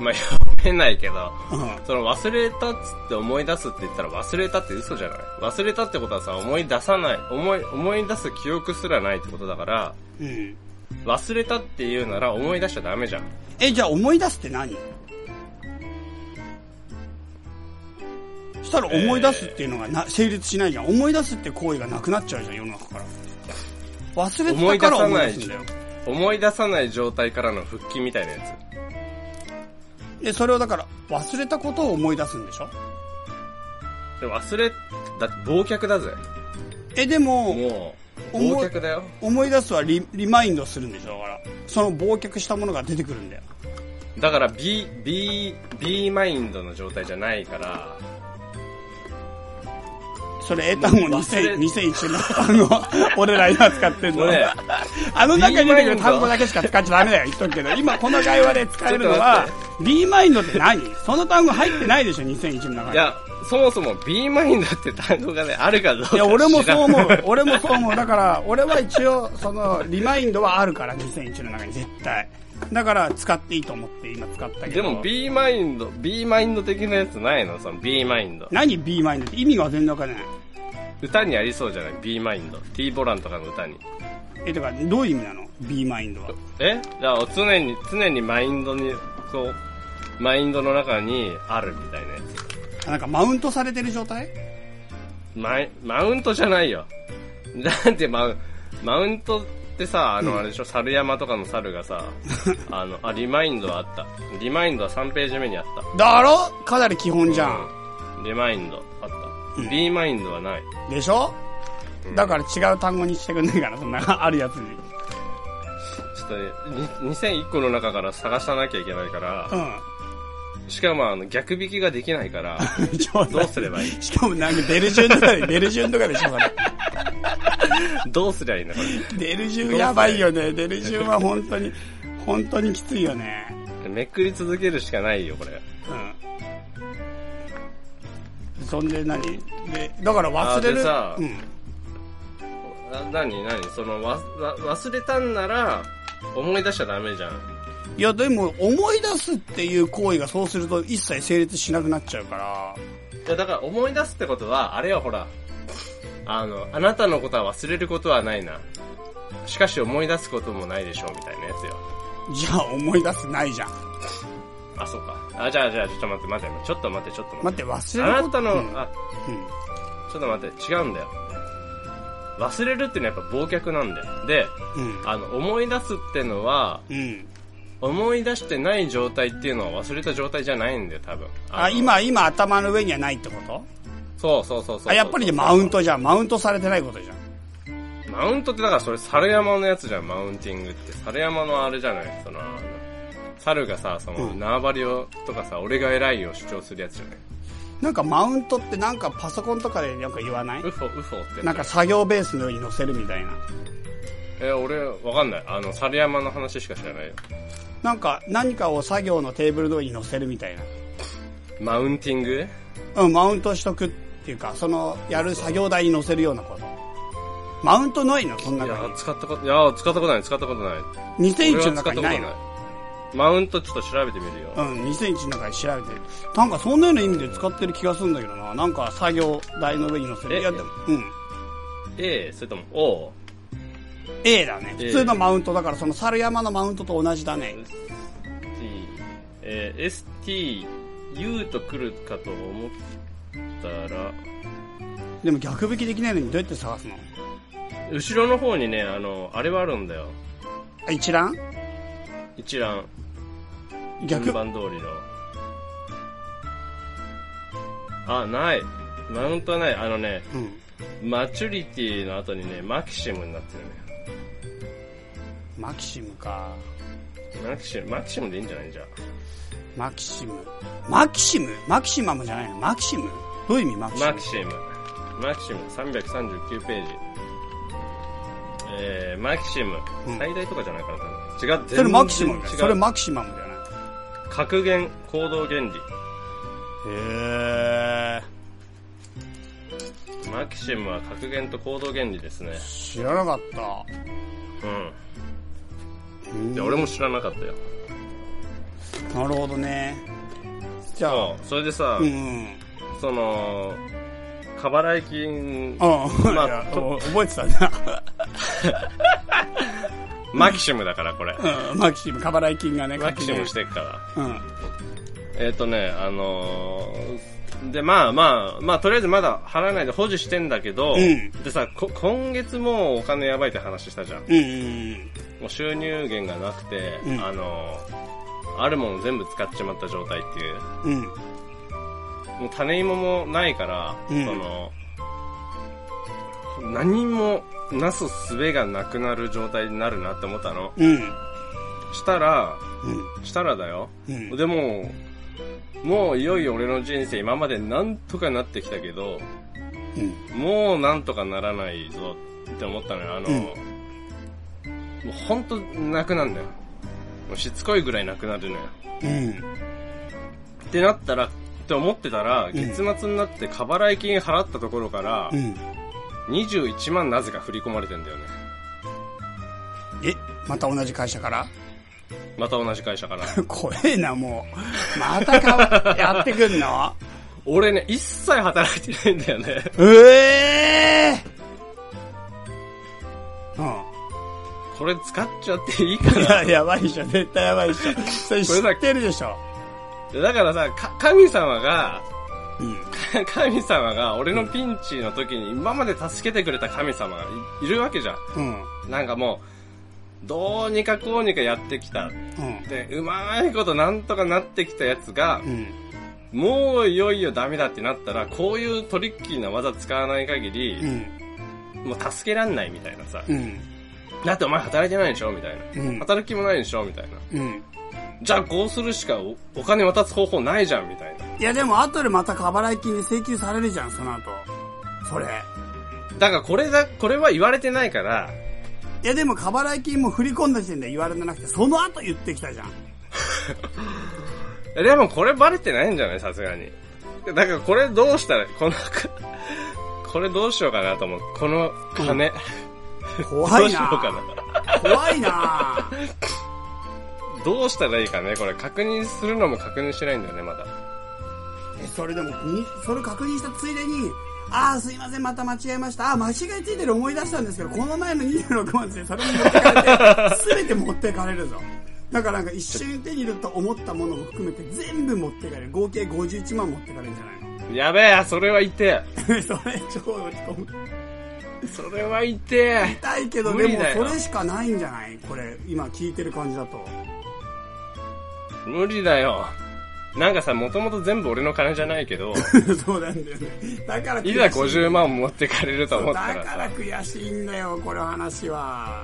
Speaker 3: まあ、 読めないけど、
Speaker 2: うん
Speaker 3: その忘れたっつって思い出すって言ったら忘れたって嘘じゃない忘れたってことはさ、思い出さない、思い、思い出す記憶すらないってことだから、
Speaker 2: うん。
Speaker 3: 忘れたって言うなら思い出しちゃダメじゃん。
Speaker 2: え、じゃあ思い出すって何したら思い出すっていうのがな、成立しないじゃん。思い出すって行為がなくなっちゃうじゃん、世の中から。忘れてたから思い出すんだよ
Speaker 3: 思い。思い出さない状態からの復帰みたいなや
Speaker 2: で、それをだから、忘れたことを思い出すんでしょ
Speaker 3: つ。でも忘れ、だって忘却だぜ。
Speaker 2: え、でも、
Speaker 3: もう、
Speaker 2: 思
Speaker 3: 忘却だよ。
Speaker 2: 思い出すはリリマインドするんでしょだから。その忘却したものが出てくるんだよ。
Speaker 3: だから B、B、B マインドの状態じゃないから、
Speaker 2: それ、エタンを2000 2001の、あ の、俺ら今使ってんの。
Speaker 3: 俺、
Speaker 2: あの中に出てくる単語だけしか使っちゃダメだよ、言っとくけど。今この会話で使えるのは
Speaker 3: ちょっと、
Speaker 2: B マインドって何その単語入ってないでしょ、2001の中に。
Speaker 3: いや、そもそも B マインドって単語がね、あるかどうか
Speaker 2: いや、俺もそう
Speaker 3: う。
Speaker 2: 思う。俺もそう思う。だから、俺は一応、その、リマインドはあるから、2001の中に絶対。だから、使っていいと思って今使ったけど。
Speaker 3: でも B マインド、B マインド的なやつないのその B マインド。
Speaker 2: 何 B マインドって意味が全然わかんない。
Speaker 3: 歌にありそうじゃない ?B マインド。T ボランとかの歌に。
Speaker 2: え、だから、どういう意味なの ?B マインドは。
Speaker 3: えじゃあ常に、常にマインドに、こう、マインドの中にあるみたいなや
Speaker 2: あなんか、マウントされてる状態
Speaker 3: つ。マイマウントじゃないよ。なんてマウン、マウントってさ、あの、あれでしょ、猿山とかの猿が さ、あの、あ、リマインドはあった。リマインドは3ページ目にあった。
Speaker 2: だろかなり基本じゃん。
Speaker 3: うん。リマインドあった。B マインドはない。
Speaker 2: でしょだから違う単語にしてくんないかな、そんな、 あるやつに。
Speaker 3: ちょっとね、に2001個の中から探さなきゃいけないから
Speaker 2: う、ん。
Speaker 3: しかもあの逆引きができな いから、
Speaker 2: ど
Speaker 3: どうすればいい
Speaker 2: しかもなんか出る順とかで、出る順とかでしょ、それ。
Speaker 3: どうすりゃいいんだこ
Speaker 2: デルジュンやばいよね。デルジュンは本当に、本当にきついよね。
Speaker 3: れ。めくり続けるしかないよ、これ。
Speaker 2: うん。そんで何で、だから忘れる。
Speaker 3: あ
Speaker 2: う
Speaker 3: で
Speaker 2: ん。
Speaker 3: あなになにそのわわ忘れたんなら、思い出しちゃダメじゃん。
Speaker 2: いや、でも思い出すっていう行為がそうすると一切成立しなくなっちゃうから。
Speaker 3: いや、だから思い出すってことは、あれはほら、あの、あなたのことは忘れることはないな。しかし思い出すこともないでしょう、みたいなやつよ。
Speaker 2: じゃあ思い出すないじゃん。
Speaker 3: あ、そうか。あ、じゃあじゃあ、ちょっと待って、待って、ちょっと待って、ちょっと待
Speaker 2: 待っ
Speaker 3: っ。
Speaker 2: てて、忘れ
Speaker 3: あ
Speaker 2: る
Speaker 3: な
Speaker 2: こと
Speaker 3: たの、
Speaker 2: うん
Speaker 3: あ、
Speaker 2: うん
Speaker 3: ちょっと待って、違うんだよ。忘れるってのはやっぱ忘却なんだよ。で、
Speaker 2: うん。
Speaker 3: あの、思い出すってのは、
Speaker 2: うん。
Speaker 3: 思い出してない状態っていうのは忘れた状態じゃないんだよ、多分。
Speaker 2: あ、
Speaker 3: の
Speaker 2: 今、今頭の上にはないってこと
Speaker 3: そうそうそうそう
Speaker 2: あ、やっぱりねマウン。トじゃん。マウントされてないことじゃん。
Speaker 3: マウントってだからそれ、猿山のやつじゃん、マウンティングって。猿山のあれじゃないその、あの猿がさ、その、
Speaker 2: うん
Speaker 3: 縄張りを、とかさ、俺が偉いを主張するやつじゃない
Speaker 2: なんかマウントってなんかパソコンとかでなんか言わない
Speaker 3: ウフォ、ウフォってやつ。
Speaker 2: なんか作業ベースの上に乗せるみたいな。
Speaker 3: え、俺、わかんない。あの、猿山の話しか知らないよ。
Speaker 2: なんか何かを作業のテーブルの上に乗せるみたい
Speaker 3: マウンティング
Speaker 2: な。うん、マウントしとくっていうか、そのやる作業台に乗せるようなこと。マウントないのそん
Speaker 3: い
Speaker 2: な
Speaker 3: や
Speaker 2: の、
Speaker 3: 使ったこと、いや、使ったことない、使ったことない。
Speaker 2: 2001の
Speaker 3: 使った
Speaker 2: 中
Speaker 3: こと
Speaker 2: に
Speaker 3: な
Speaker 2: ないいの。
Speaker 3: マウントちょっと調べてみるよ。
Speaker 2: うん、2001の中に調べてる。なんかそんなような意味で使ってる気がするんだけどな。なんか作業台の上に乗せる。
Speaker 3: え
Speaker 2: いや、でもうん
Speaker 3: A、それとも O。
Speaker 2: A だね。
Speaker 3: A
Speaker 2: 普通のマウントだから、その猿山のマウントと同じだね。
Speaker 3: T、えー S、T、U と来るかと思ったら、
Speaker 2: でも逆引きできないのにどうやって探すの
Speaker 3: 後ろの方にね、あの、あれはあるんだよ。
Speaker 2: あ一覧
Speaker 3: 一覧。
Speaker 2: 逆
Speaker 3: 順、番通りの。あ、ない。マウントはない。あのね、
Speaker 2: うん。
Speaker 3: マチュリティの後にね、マキシムになってるね。
Speaker 2: マキシムか。
Speaker 3: マキシム、マキシムでいいんじゃないじゃあ
Speaker 2: マキシム。マキシムマキシマムじゃないのマキシムどういう意味マキシム
Speaker 3: マキシム。マキシム、339ページ。えー、マキシム
Speaker 2: う。ん
Speaker 3: 最大とかじゃないから多分違う、全
Speaker 2: それ
Speaker 3: 然
Speaker 2: マキシム
Speaker 3: 違う。
Speaker 2: それマキシマムじゃない
Speaker 3: 格言、行動原理。
Speaker 2: へえ。
Speaker 3: マキシムは格言と行動原理ですね。
Speaker 2: 知らなかった。
Speaker 3: う
Speaker 2: うん
Speaker 3: ん。で、俺も知らなかったよ。
Speaker 2: なるほどね。じゃあ
Speaker 3: そ、う。それでさ
Speaker 2: う、ん。
Speaker 3: その、過払い金
Speaker 2: う、ん。
Speaker 3: まあ
Speaker 2: いや
Speaker 3: と
Speaker 2: お覚えてたんだ。
Speaker 3: マキシムだからこれ。
Speaker 2: うんマキシム、カバライ金がね、
Speaker 3: マキシムし
Speaker 2: 書
Speaker 3: てっから。
Speaker 2: きね。うん。
Speaker 3: えっ、とね、あのーで、まあまあ、まあ、とりあえずまだ払わないで保持してんだけど、
Speaker 2: うん
Speaker 3: でさ、こ今月もうお金やばいって話したじゃん。
Speaker 2: うんうん
Speaker 3: もう収入源がなくて、
Speaker 2: うん
Speaker 3: あのーあるもの全部使っちまった状態っていう
Speaker 2: うん。うん。
Speaker 3: もう種芋もないから、
Speaker 2: うん
Speaker 3: その、何もなす術がなくなる状態になるなって思ったの。
Speaker 2: うん。
Speaker 3: したら、
Speaker 2: うん。
Speaker 3: したらだよ。
Speaker 2: うん
Speaker 3: でも、もういよいよ俺の人生今までなんとかなってきたけど、
Speaker 2: うん。
Speaker 3: もうなんとかならないぞって思ったのよ。あの、
Speaker 2: うん
Speaker 3: もうほんとなくなんだよ。もうしつこいぐらいなくなるのよ。
Speaker 2: うん。
Speaker 3: ってなったら、って思ってたら、
Speaker 2: ん
Speaker 3: 月末になって過払い金払ったところから
Speaker 2: う、ん。
Speaker 3: 21万なぜか振り込まれてんだよね。
Speaker 2: え、また同じ会社から
Speaker 3: また同じ会社から。
Speaker 2: 怖えな、もう。またか、やってくんの
Speaker 3: 俺ね、一切働いてないんだよね。
Speaker 2: ええ
Speaker 3: これ使っちゃっていいか
Speaker 2: うん。い
Speaker 3: な
Speaker 2: や、やばいでしょ。絶対やばいでしょ。それ知ってるでしょ。
Speaker 3: だからさ、か神様が、
Speaker 2: うん。
Speaker 3: 神様が、俺のピンチの時に、今まで助けてくれた神様がいいるわけじゃん。
Speaker 2: うん。
Speaker 3: なんかもう、どうにかこうにかやってきた。
Speaker 2: うん。
Speaker 3: で、うまいことなんとかなってきたやつが
Speaker 2: う、ん。
Speaker 3: もういよいよダメだってなったら、こういうトリッキーな技使わない限
Speaker 2: う
Speaker 3: り、
Speaker 2: ん。
Speaker 3: もう助けらんないみたいなさ。
Speaker 2: うん。
Speaker 3: だってお前働いてないでしょみたいな。
Speaker 2: うん
Speaker 3: 働きもないでしょみたい
Speaker 2: う
Speaker 3: な。
Speaker 2: ん。
Speaker 3: じゃあこうするしかおお金渡す方法ないじゃんみたいな。
Speaker 2: いや、でも、後でまた過払い金で請求されるじゃん、その後。それ。
Speaker 3: だからこれだ、これは言われてないから、
Speaker 2: いや、でも、過払い金も振り込んだ時点で言われてなくて、その後言ってきたじゃん。
Speaker 3: でもこれバレてないんじゃないさすがに。だからこれどうしたら、この、これどうしようかなと思う。この金、
Speaker 2: 怖
Speaker 3: どう
Speaker 2: い
Speaker 3: しようか
Speaker 2: な。
Speaker 3: な。
Speaker 2: 怖いな。
Speaker 3: どうしたらいいかね、これ確認するのも確認してないんだよね、まだ。
Speaker 2: えそれでも、にそれ確認したついでに、ああ、すいません、また間違えました。ああ、間違いついてる思い出したんですけど、この前の26万でそれも持ってかれて、すべて持ってかれるぞ。だからなんか一瞬手に入れると思ったものも含めて全部持ってかれる。合計51万持ってかれるんじゃな
Speaker 3: やべえ、それは痛え。
Speaker 2: いの それ超落ち込む。
Speaker 3: それは痛え。
Speaker 2: 痛いけど、
Speaker 3: 無
Speaker 2: で
Speaker 3: 理
Speaker 2: も
Speaker 3: だよ
Speaker 2: それしかないんじゃないこれ、今聞いてる感じだと。
Speaker 3: 無理だよ。なんかさ、もともと全部俺の金じゃない けど、
Speaker 2: そうなんだよね。だから
Speaker 3: いざ
Speaker 2: 悔し
Speaker 3: 50万持ってかれると思
Speaker 2: そう
Speaker 3: った
Speaker 2: だ
Speaker 3: ら
Speaker 2: か
Speaker 3: さ
Speaker 2: ら、悔しいんだよ、この話は。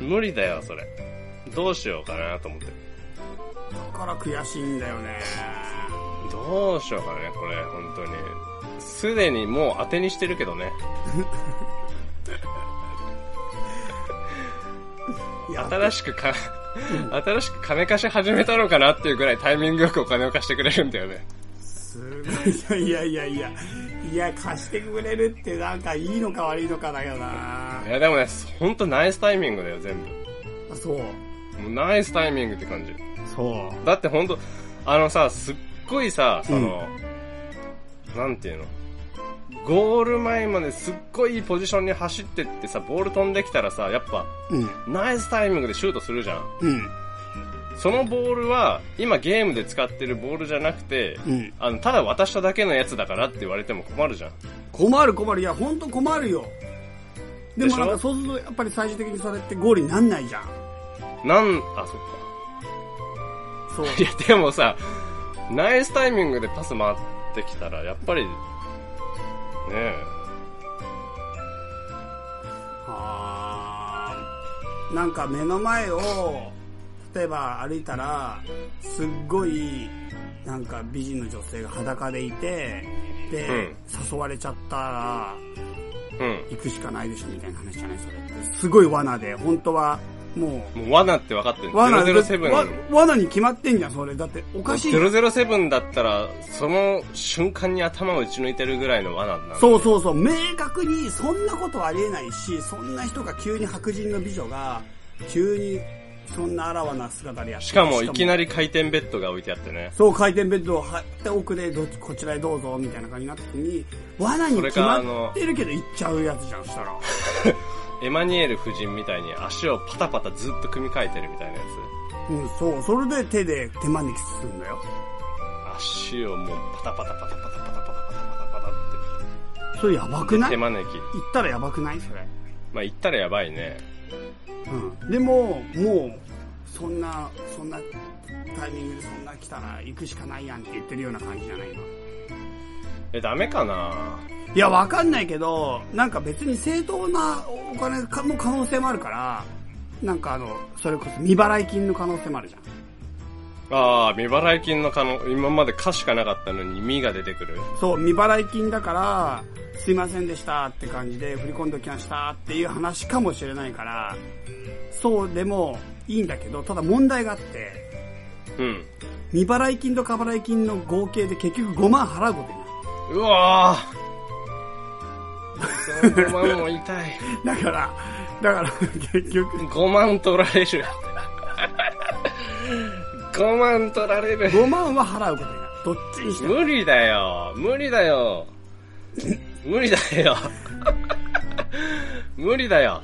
Speaker 3: 無理だよ、それ。どうしようかなと思って。
Speaker 2: だから悔しいんだよね。
Speaker 3: どうしようかね、これ、本当に。すでにもう当てにしてるけどね。
Speaker 2: や
Speaker 3: 新しくか、新しく金貸し始めたのかなっていうぐらいタイミングよくお金を貸してくれるんだよね。。
Speaker 2: すごい。いやいやいやいや、いや、貸してくれるってなんかいいのか悪いのかだよない
Speaker 3: や、でもね、ほんとナイスタイミングだよ、全
Speaker 2: そう。
Speaker 3: 部。もうナイスタイミングって感じ。
Speaker 2: そ
Speaker 3: だってほんと、あのさ、すっごいさ、その、なんていうの。ゴール前まですっごいいいポジションに走ってってさ、ボール飛んできたらさ、やっぱ、
Speaker 2: う。うん。
Speaker 3: ナイスタイミングでシュートするじゃん。
Speaker 2: うん。
Speaker 3: そのボールは、今ゲームで使ってるボールじゃなくて、
Speaker 2: うん
Speaker 3: あの、ただ渡しただけのやつだからって言われても困るじゃん。
Speaker 2: 困る困る。いや、ほんと困るよ。でもなん
Speaker 3: で
Speaker 2: か
Speaker 3: し
Speaker 2: そうすると、やっぱり最終的にそれってゴールになんないじゃん。
Speaker 3: なん、あ、そっ
Speaker 2: そう。
Speaker 3: か。いや、 でもさ、ナイスタイミングでパス回ってきたら、やっぱり、ねえ、
Speaker 2: あーなんか目の前を例えば歩いたらすっごいなんか美人の女性が裸でいてで、
Speaker 3: うん
Speaker 2: 誘われちゃったら
Speaker 3: う
Speaker 2: 行くしかないでしょみたいな話じゃないそれってすごい罠で本当はも
Speaker 3: ん。もう罠って分かってる。
Speaker 2: う罠でわ
Speaker 3: 007。
Speaker 2: 罠に決まってんじゃんそれだっておかしいじゃん
Speaker 3: 007だったら、その瞬間に頭を打ち抜いてるぐらいの罠なんだ。
Speaker 2: そうそうそう、明確にそんなことはありえないし、そんな人が急に白人の美女が、急にそんなあらわな姿でやって
Speaker 3: しかも、いきな
Speaker 2: り。
Speaker 3: り回転ベッドが置いてあってね。
Speaker 2: そう、回転ベッドを張って奥でどっち、こちらへどうぞ、みたいな感じになった時に、罠に
Speaker 3: それ
Speaker 2: 決
Speaker 3: かあ
Speaker 2: ま
Speaker 3: の
Speaker 2: ってるけど行っちゃうやつじゃん、したら。
Speaker 3: エマニュエル夫人みたいに足をパタパタずっと組み替えてるみたいなやつ。
Speaker 2: うん、そう、それで手で手招きするんだよ。
Speaker 3: 足をもうパタパタパタパタパタパタパタパタパタっ
Speaker 2: それやばく
Speaker 3: て
Speaker 2: ない
Speaker 3: 手
Speaker 2: 行っ
Speaker 3: 招き
Speaker 2: たらやばくないそれ。
Speaker 3: まあ言ったらやばいね
Speaker 2: うん。でも、もう、そんな、そんなタイミングでそんな来たら行くしかないやんって言ってるような感じじゃないの
Speaker 3: え、ダメかない
Speaker 2: や、わかんないけど、なんか別に正当なお金かの可能性もあるから、なんかあの、それこそ未払い金の可能性もあるじゃん。
Speaker 3: ああ、未払い金の可能、今まで可しかなかったのに、みが出てくる。
Speaker 2: そう、未払い金だから、すいませんでしたって感じで振り込んどきましたっていう話かもしれないから、そうでもいいんだけど、ただ問題があって、
Speaker 3: うん。
Speaker 2: 未払い金と過払い金の合計で結局5万払うことになる。
Speaker 3: うわぁ。5万も痛い。
Speaker 2: だから、だから結局、
Speaker 3: 5万取られる。5万取られる。
Speaker 2: 5万は払うことになる。どっちにしても。
Speaker 3: 無理だよ。無理だよ。無理だよ。 無理だよ。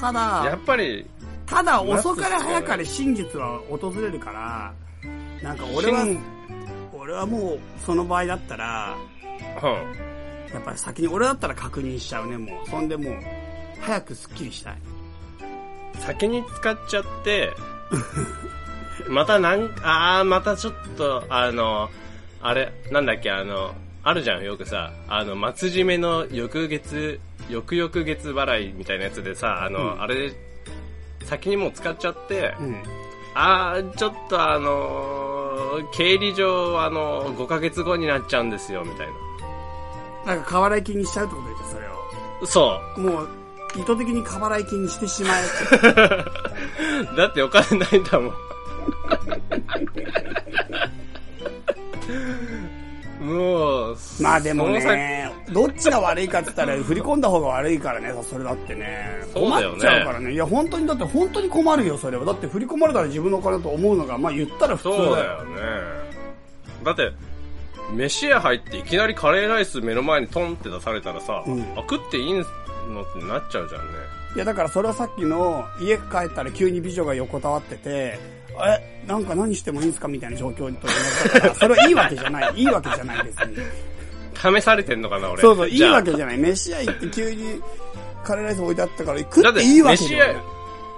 Speaker 2: た
Speaker 3: や
Speaker 2: だ
Speaker 3: っ、ぱり、
Speaker 2: ただ遅かれ早かれ真実は訪れるから、なんか俺は
Speaker 3: 真、
Speaker 2: 俺はもうその場合だったら、
Speaker 3: うん。
Speaker 2: やっぱり先に俺だったら確認しちゃうね、もう。そんでもう、早くスッキリしたい。
Speaker 3: 先に使っち ゃって、またなん、あー、またちょっと、あの、あれ、なんだっけ、あの、あるじゃん、よくさ、あの、松締めの翌月、翌々月払いみたいなやつでさ、あの、
Speaker 2: うん
Speaker 3: あれ、先にもう使っちゃって、
Speaker 2: うん。
Speaker 3: あー、ちょっとあのー経理上、あのー5ヶ月後になっちゃうんですよ、みたいな。
Speaker 2: なんか、過払い金にしちゃうってことでしょ、それを。
Speaker 3: そ
Speaker 2: もう、意図的に過払い金にしてしまえっ て。
Speaker 3: う。だってお金ないんだもん。もう、
Speaker 2: まあでも
Speaker 3: その先
Speaker 2: ね、どっちが悪いかって言ったら、振り込んだ方が悪いからね、それだってね。
Speaker 3: そう
Speaker 2: 困っ
Speaker 3: だよね
Speaker 2: ちゃうからね。いや、本当に、だって本当に困るよ、それは。だって振り込まれたら自分のお金だと思うのが、まあ言ったら普通だ
Speaker 3: そうだ
Speaker 2: よ。
Speaker 3: よね。だって、飯屋入っていきなりカレーライス目の前にトンって出されたらさ、
Speaker 2: うん
Speaker 3: あ食っていいのってなっちゃうじゃんね。
Speaker 2: いやだからそれはさっきの家帰ったら急に美女が横たわってて、え、なんか何してもいいんすかみたいな状況にとりったから、それはいいわけじゃない。いいわけじゃない別に。
Speaker 3: 試されてんのかな、俺。
Speaker 2: そうそう、いい
Speaker 3: じゃあ
Speaker 2: わけじゃない。飯屋行って急にカレーライス置いてあったから、食っていいわけじゃない
Speaker 3: だっ。て飯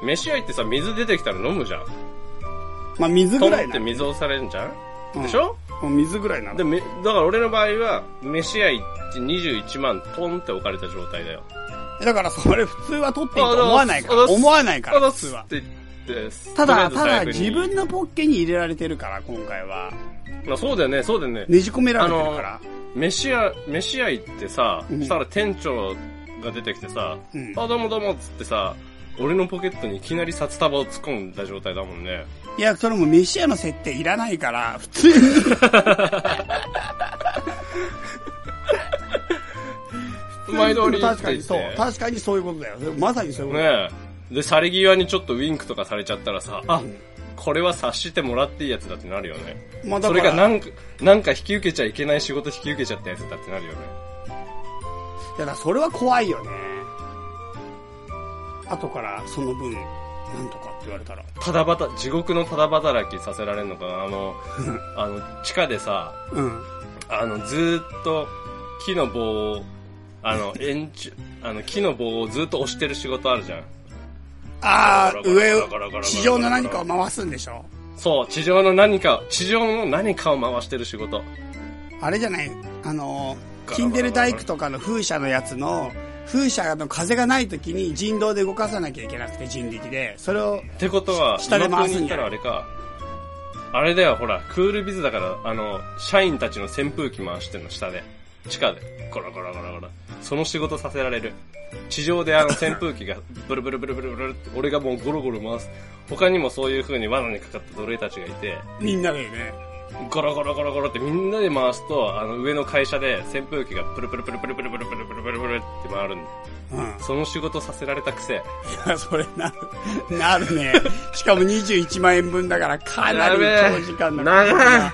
Speaker 3: 屋飯屋行ってさ、水出てきたら飲むじゃん。
Speaker 2: まあ水
Speaker 3: ト
Speaker 2: ぐ
Speaker 3: ン
Speaker 2: らい
Speaker 3: っ
Speaker 2: な
Speaker 3: て。水をされるじゃん、
Speaker 2: うん
Speaker 3: でしょ
Speaker 2: もう水ぐらいなの
Speaker 3: で、。め、だから俺の場合は、飯屋行って21万トンって置かれた状態だよ。
Speaker 2: だからそれ普通は取っていいと思わないか
Speaker 3: あ
Speaker 2: ら。
Speaker 3: だ
Speaker 2: 思わないから、
Speaker 3: だっ
Speaker 2: 普
Speaker 3: つ
Speaker 2: 通は
Speaker 3: っ。て言って
Speaker 2: ただ、ただ
Speaker 3: とりあえず
Speaker 2: 自
Speaker 3: 財布に
Speaker 2: 分のポッケに入れられてるから、今回は。
Speaker 3: まあそうだよね、そうだよね。
Speaker 2: ねじ込められてるから。
Speaker 3: 飯屋、飯屋行ってさ、
Speaker 2: うん
Speaker 3: したら店長が出てきてさ、
Speaker 2: うん
Speaker 3: あ、どうもどうもっつってさ、俺のポケットにいきなり札束を突っ込んだ状態だもんね。
Speaker 2: いや、それも飯屋の設定いらないから、普通に。
Speaker 3: 前通りって言っ
Speaker 2: 確
Speaker 3: て
Speaker 2: かにそう。確かにそういうことだよ。まさにそういうことだよ。
Speaker 3: ねえ。で、去り際にちょっとウィンクとかされちゃったらさ、あ、これは察してもらっていいやつだってなるよね。
Speaker 2: まあだ
Speaker 3: そ
Speaker 2: か
Speaker 3: れがな
Speaker 2: ら、い
Speaker 3: んか、なんか引き受けちゃいけない仕事引き受けちゃったやつだってなるよね。
Speaker 2: やだからそれは怖いよね。後からその分、なんとかって言われたら。
Speaker 3: ただばた、地獄のただ働きさせられるのかなあ の、あの、地下でさ、
Speaker 2: うん。
Speaker 3: あの、ずーっと木の棒を、あの、円柱、あの、木の棒をずーっと押してる仕事あるじゃん。
Speaker 2: ああ、上
Speaker 3: ガラガラガラガラガラガ
Speaker 2: を、
Speaker 3: ラ
Speaker 2: 地上の何かを回すんでしょ
Speaker 3: そう、地上の何か、地上の何かを回してる仕事。
Speaker 2: あれじゃない、あのー、
Speaker 3: ガラガラガラ
Speaker 2: キンデル大工とかの風車のやつの、風車の風がない時に人道で動かさなきゃいけなくて人力で、それを、
Speaker 3: ってことは、
Speaker 2: 下で回すん
Speaker 3: 今風に言っ
Speaker 2: じ
Speaker 3: た
Speaker 2: ゃ
Speaker 3: ら
Speaker 2: ない
Speaker 3: あれか。あれだよ、ほら、クールビズだから、あの、社員たちの扇風機回してんの、下で。地下で。ゴロゴロゴロゴロ。その仕事させられる。地上であの扇風機が、ブルブルブルブルブルって、俺がもうゴロゴロ回す。他にもそういう風に罠にかかった奴隷たちがいて、
Speaker 2: みんなでね、
Speaker 3: ゴロゴロゴロゴロってみんなで回すと、あの上の会社で扇風機がプルプルプルプルプルプルプルプルプルプルって回るんだよ
Speaker 2: うん。
Speaker 3: その仕事させられたくせ。
Speaker 2: いや それなる、なるね。しかも21万円分だから、かなり長時間だか
Speaker 3: やべえ長い
Speaker 2: ら。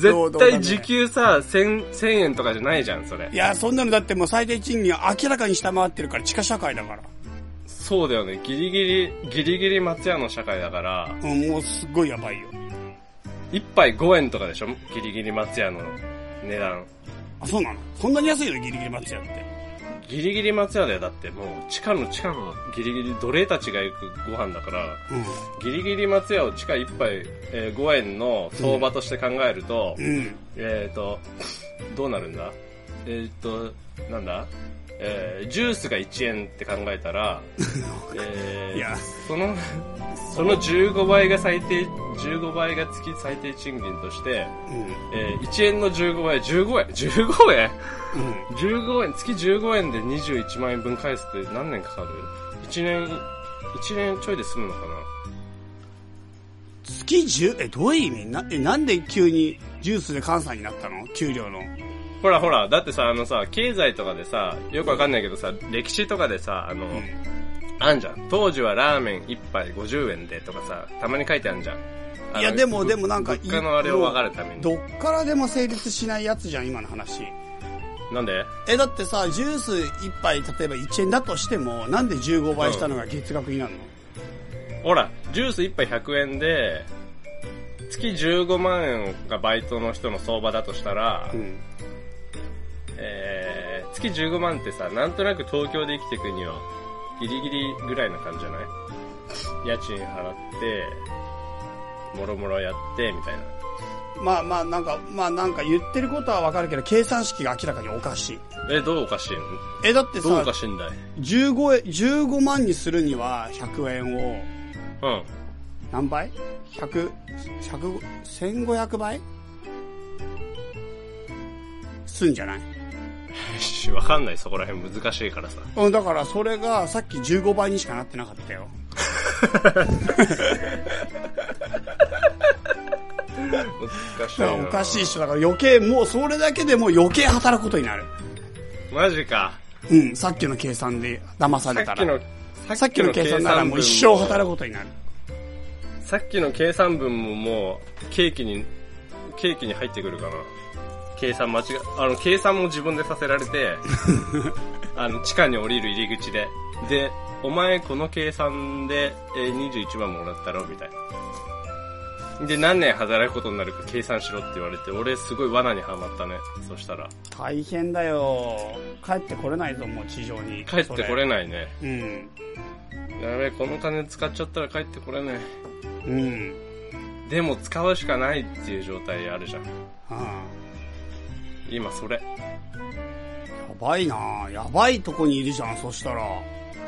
Speaker 2: そう
Speaker 3: 絶
Speaker 2: だね
Speaker 3: 対時給さ、1000、1000円とかじゃないじゃん、それ
Speaker 2: い。や、そんなのだってもう最低賃金明らかに下回ってるから、地下社会だから。
Speaker 3: そうだよね。ギリギリ、ギリギリ松屋の社会だから、
Speaker 2: うん、もうすっごいやばいよ。
Speaker 3: 一杯5円とかでしょギリギリ松屋の値段。
Speaker 2: あ、そうなのそんなに安いのギリギリ松屋って。
Speaker 3: ギリギリ松屋だよ。だってもう、地下の地下のギリギリ奴隷たちが行くご飯だから、ギリギリ松屋を地下一杯、えー5円の相場として考えると、
Speaker 2: うん。うん。
Speaker 3: えっ、と、どうなるんだえーっと、なんだえージュースが1円って考え たら、えー
Speaker 2: いや
Speaker 3: その、その15倍が最低、15倍が月最低賃金として、
Speaker 2: うん
Speaker 3: えー1円の15倍、15円 ?15 円
Speaker 2: うん
Speaker 3: ?15 円、月15円で21万円分返すって何年かかる ?1 年、1年ちょいで済むのかな
Speaker 2: 月10えどういう意味なえなんで急にジュースで関西になったの給料の
Speaker 3: ほらほら、だってさ、あのさ、経済とかでさ、よくわかんないけどさ、歴史とかでさ、あの、あんじゃん。当時はラーメン1杯50円でとかさ、たまに書いてあんじゃん。あの
Speaker 2: いやでもでもなんか
Speaker 3: 物価のあれを分かるために。
Speaker 2: どっからでも成立しないやつじゃん今の話
Speaker 3: なんで
Speaker 2: えだってさジュース1杯例えば1円だとしてもなんで15倍したのが月額になるの、
Speaker 3: ほら、ジュース1杯100円で、月15万円がバイトの人の相場だとしたら、
Speaker 2: うん
Speaker 3: えー、月15万ってさ、なんとなく東京で生きていくには、ギリギリぐらいな感じじゃない家賃払って、もろもろやって、みたいな。
Speaker 2: まあまあなんか、まあなんか言ってることはわかるけど、計算式が明らかにおかしい。
Speaker 3: え、どうおかしいの
Speaker 2: え、だって
Speaker 3: どう
Speaker 2: さ
Speaker 3: おか、しいんだい
Speaker 2: 15円、15万にするには100円を
Speaker 3: うん。
Speaker 2: 何倍 ?100、100、1500倍すんじゃない
Speaker 3: しわかんない、そこら辺難しいからさ。
Speaker 2: うん、だからそれがさっき15倍にしかなってなかったよ。
Speaker 3: 難しい
Speaker 2: だから
Speaker 3: な
Speaker 2: おかしいっしょ。だから余計、もうそれだけでもう余計働くことになる。
Speaker 3: マジか。
Speaker 2: うん、さっきの計算で騙さ
Speaker 3: さ
Speaker 2: れ
Speaker 3: ったきの
Speaker 2: ら。、さっきの計算ならもう一生働くことになる。
Speaker 3: く。さっきの計算文ももう、ケーキに、ケーキに入ってくるかな。計算間違、あの、計算も自分でさせられて、あの、地下に降りる入り口で。で、お前この計算で、えー21万もらったろ、みたいな。で、何年働くことになるか計算しろって言われて、俺すごい罠にはまったね。そしたら。
Speaker 2: 大変だよ帰ってこれないぞもう地上に
Speaker 3: 帰ってこれないね。
Speaker 2: それうん
Speaker 3: やべえ、この金使っちゃったら帰ってこれない。
Speaker 2: うん
Speaker 3: でも使うしかないっていう状態あるじゃん。
Speaker 2: は
Speaker 3: 今それ。
Speaker 2: あやばいなやばいとこにいるじゃんそしたら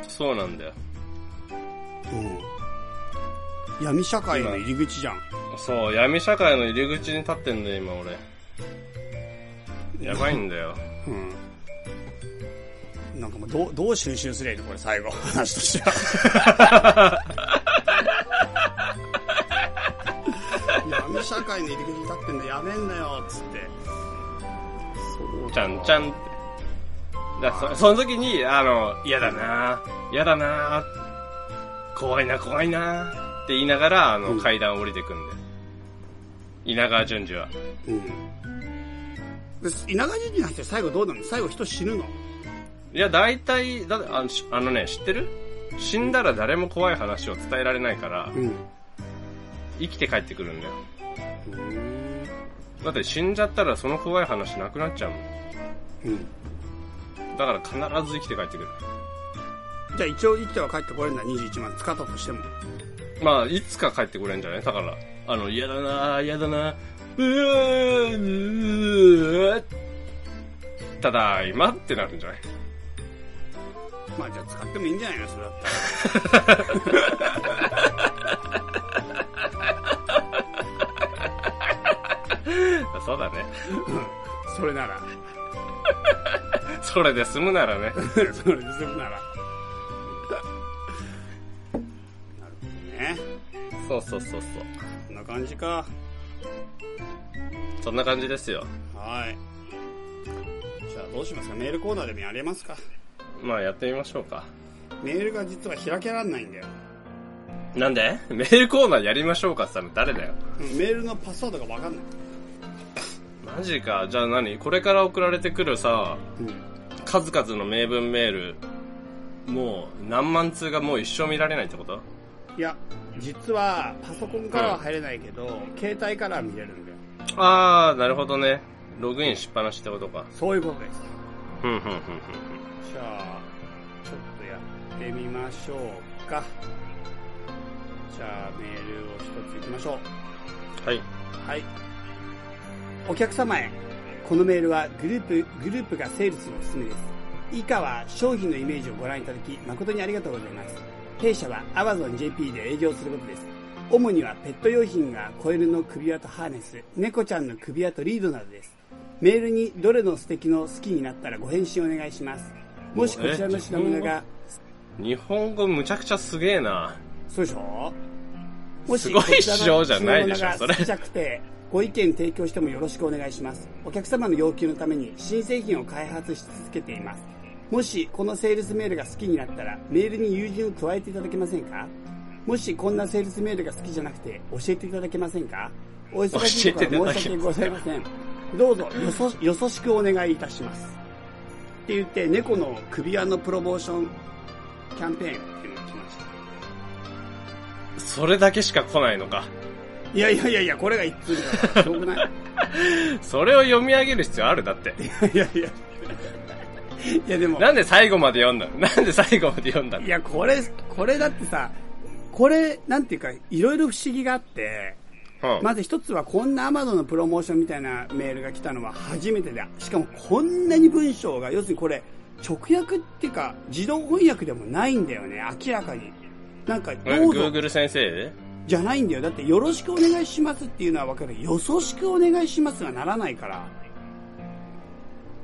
Speaker 3: そうなんだよ。
Speaker 2: うん闇社会の入り口じゃん
Speaker 3: そう、闇社会の入り口に立ってんだよ、今俺。やばいんだよ。
Speaker 2: うんなんかもうどうどう収集すりゃいいのこれ最後 話としては闇社会の入り口に立ってんだやべえんだよっつってそう
Speaker 3: ちゃんちゃんって。だそその時に、あの、嫌だな嫌だな怖いな怖いなって言いながら、あの、
Speaker 2: うん
Speaker 3: 階段を降りてくんだよ。稲川淳二は。
Speaker 2: うん。で稲川淳二なんて最後どうなの最後人死ぬの
Speaker 3: いや、大体、だあのしあのね、知ってる死んだら誰も怖い話を伝えられないから、
Speaker 2: ん。
Speaker 3: 生きて帰ってくるんだよ。だって死んじゃったらその怖い話なくなっちゃうもん。
Speaker 2: うん。
Speaker 3: だから必ず生きて帰ってくる。
Speaker 2: じゃあ一応生きては帰ってこれるんだ、21万使ったとしても。
Speaker 3: まあ、いつか帰ってくれんじゃないだから、あの、嫌だな嫌だなうーうーただいまってなるんじゃない
Speaker 2: まあじゃあ使ってもいいんじゃないのそれだったら。
Speaker 3: そうだね。
Speaker 2: それなら。
Speaker 3: それで済むならね。
Speaker 2: それで済むなら。なるほどね。
Speaker 3: そうそうそうそう。
Speaker 2: こんな感じか。
Speaker 3: そんな感じですよ。
Speaker 2: はい。じゃあどうしますかメールコーナーでもやれますか
Speaker 3: まあ、やってみましょうか。
Speaker 2: メールが実は開けられないんだよ。
Speaker 3: なんでメールコーナーやりましょうかって言ったの誰だよ。
Speaker 2: うんメールのパスワードがわかんない。
Speaker 3: マジか。じゃあ何これから送られてくるさ、
Speaker 2: うん。
Speaker 3: 数々の名文メール、もう何万通がもう一生見られないってこと
Speaker 2: いや、実はパソコンからは入れないけど、携帯からは見れるんだよ。
Speaker 3: あー、なるほどね。ログインしっぱなしってことか。
Speaker 2: そういうことです。
Speaker 3: ふんふんふんふん
Speaker 2: じゃあ、ちょっとやってみましょうか。じゃあ、メールを一ついきましょう。
Speaker 3: ふん。はい。
Speaker 2: はい。お客様へ、このメールはグループ、グループがセールスにおすすめです。以下は商品のイメージをご覧いただき誠にありがとうございます。弊社は AmazonJP で営業することです。主にはペット用品が子犬の首輪とハーネス、猫ちゃんの首輪とリードなどです。メールにどれの素敵の好きになったらご返信お願いします。もしこちらの品物が、
Speaker 3: 日本語むちゃくちゃすげえな。
Speaker 2: そうでしょも
Speaker 3: すごいっしょじゃないでしょそれ
Speaker 2: ちっちゃくて、ご意見提供してもよろしくお願いします。お客様の要求のために新製品を開発し続けています。もし、このセールスメールが好きになったら、メールに友人を加えていただけませんかもし、こんなセールスメールが好きじゃなくて、教えていただけませんかお忙しいところは申し訳ございません。どうぞよそ、よそしくお願いいたします。って言って、猫の首輪のプロモーションキャンペーンっていうのが来ました。
Speaker 3: それだけしか来ないのか。
Speaker 2: いやいやいやいや、これが一通だから、しょうがない。
Speaker 3: それを読み上げる必要あるだって。
Speaker 2: いやいや。いやでも、
Speaker 3: なんで最後まで読んだのなんで最後まで読んだの
Speaker 2: いや、これ、これだってさ、これ、なんていうか、いろいろ不思議があって、
Speaker 3: うん
Speaker 2: まず一つはこんな Amazon のプロモーションみたいなメールが来たのは初めてだ。しかもこんなに文章が、要するにこれ、直訳っていうか、自動翻訳でもないんだよね、明らかに。なんか、
Speaker 3: え
Speaker 2: どうぞ
Speaker 3: Google 先生
Speaker 2: じゃないんだよ。だって、よろしくお願いしますっていうのはわかる。よそしくお願いしますがならないから。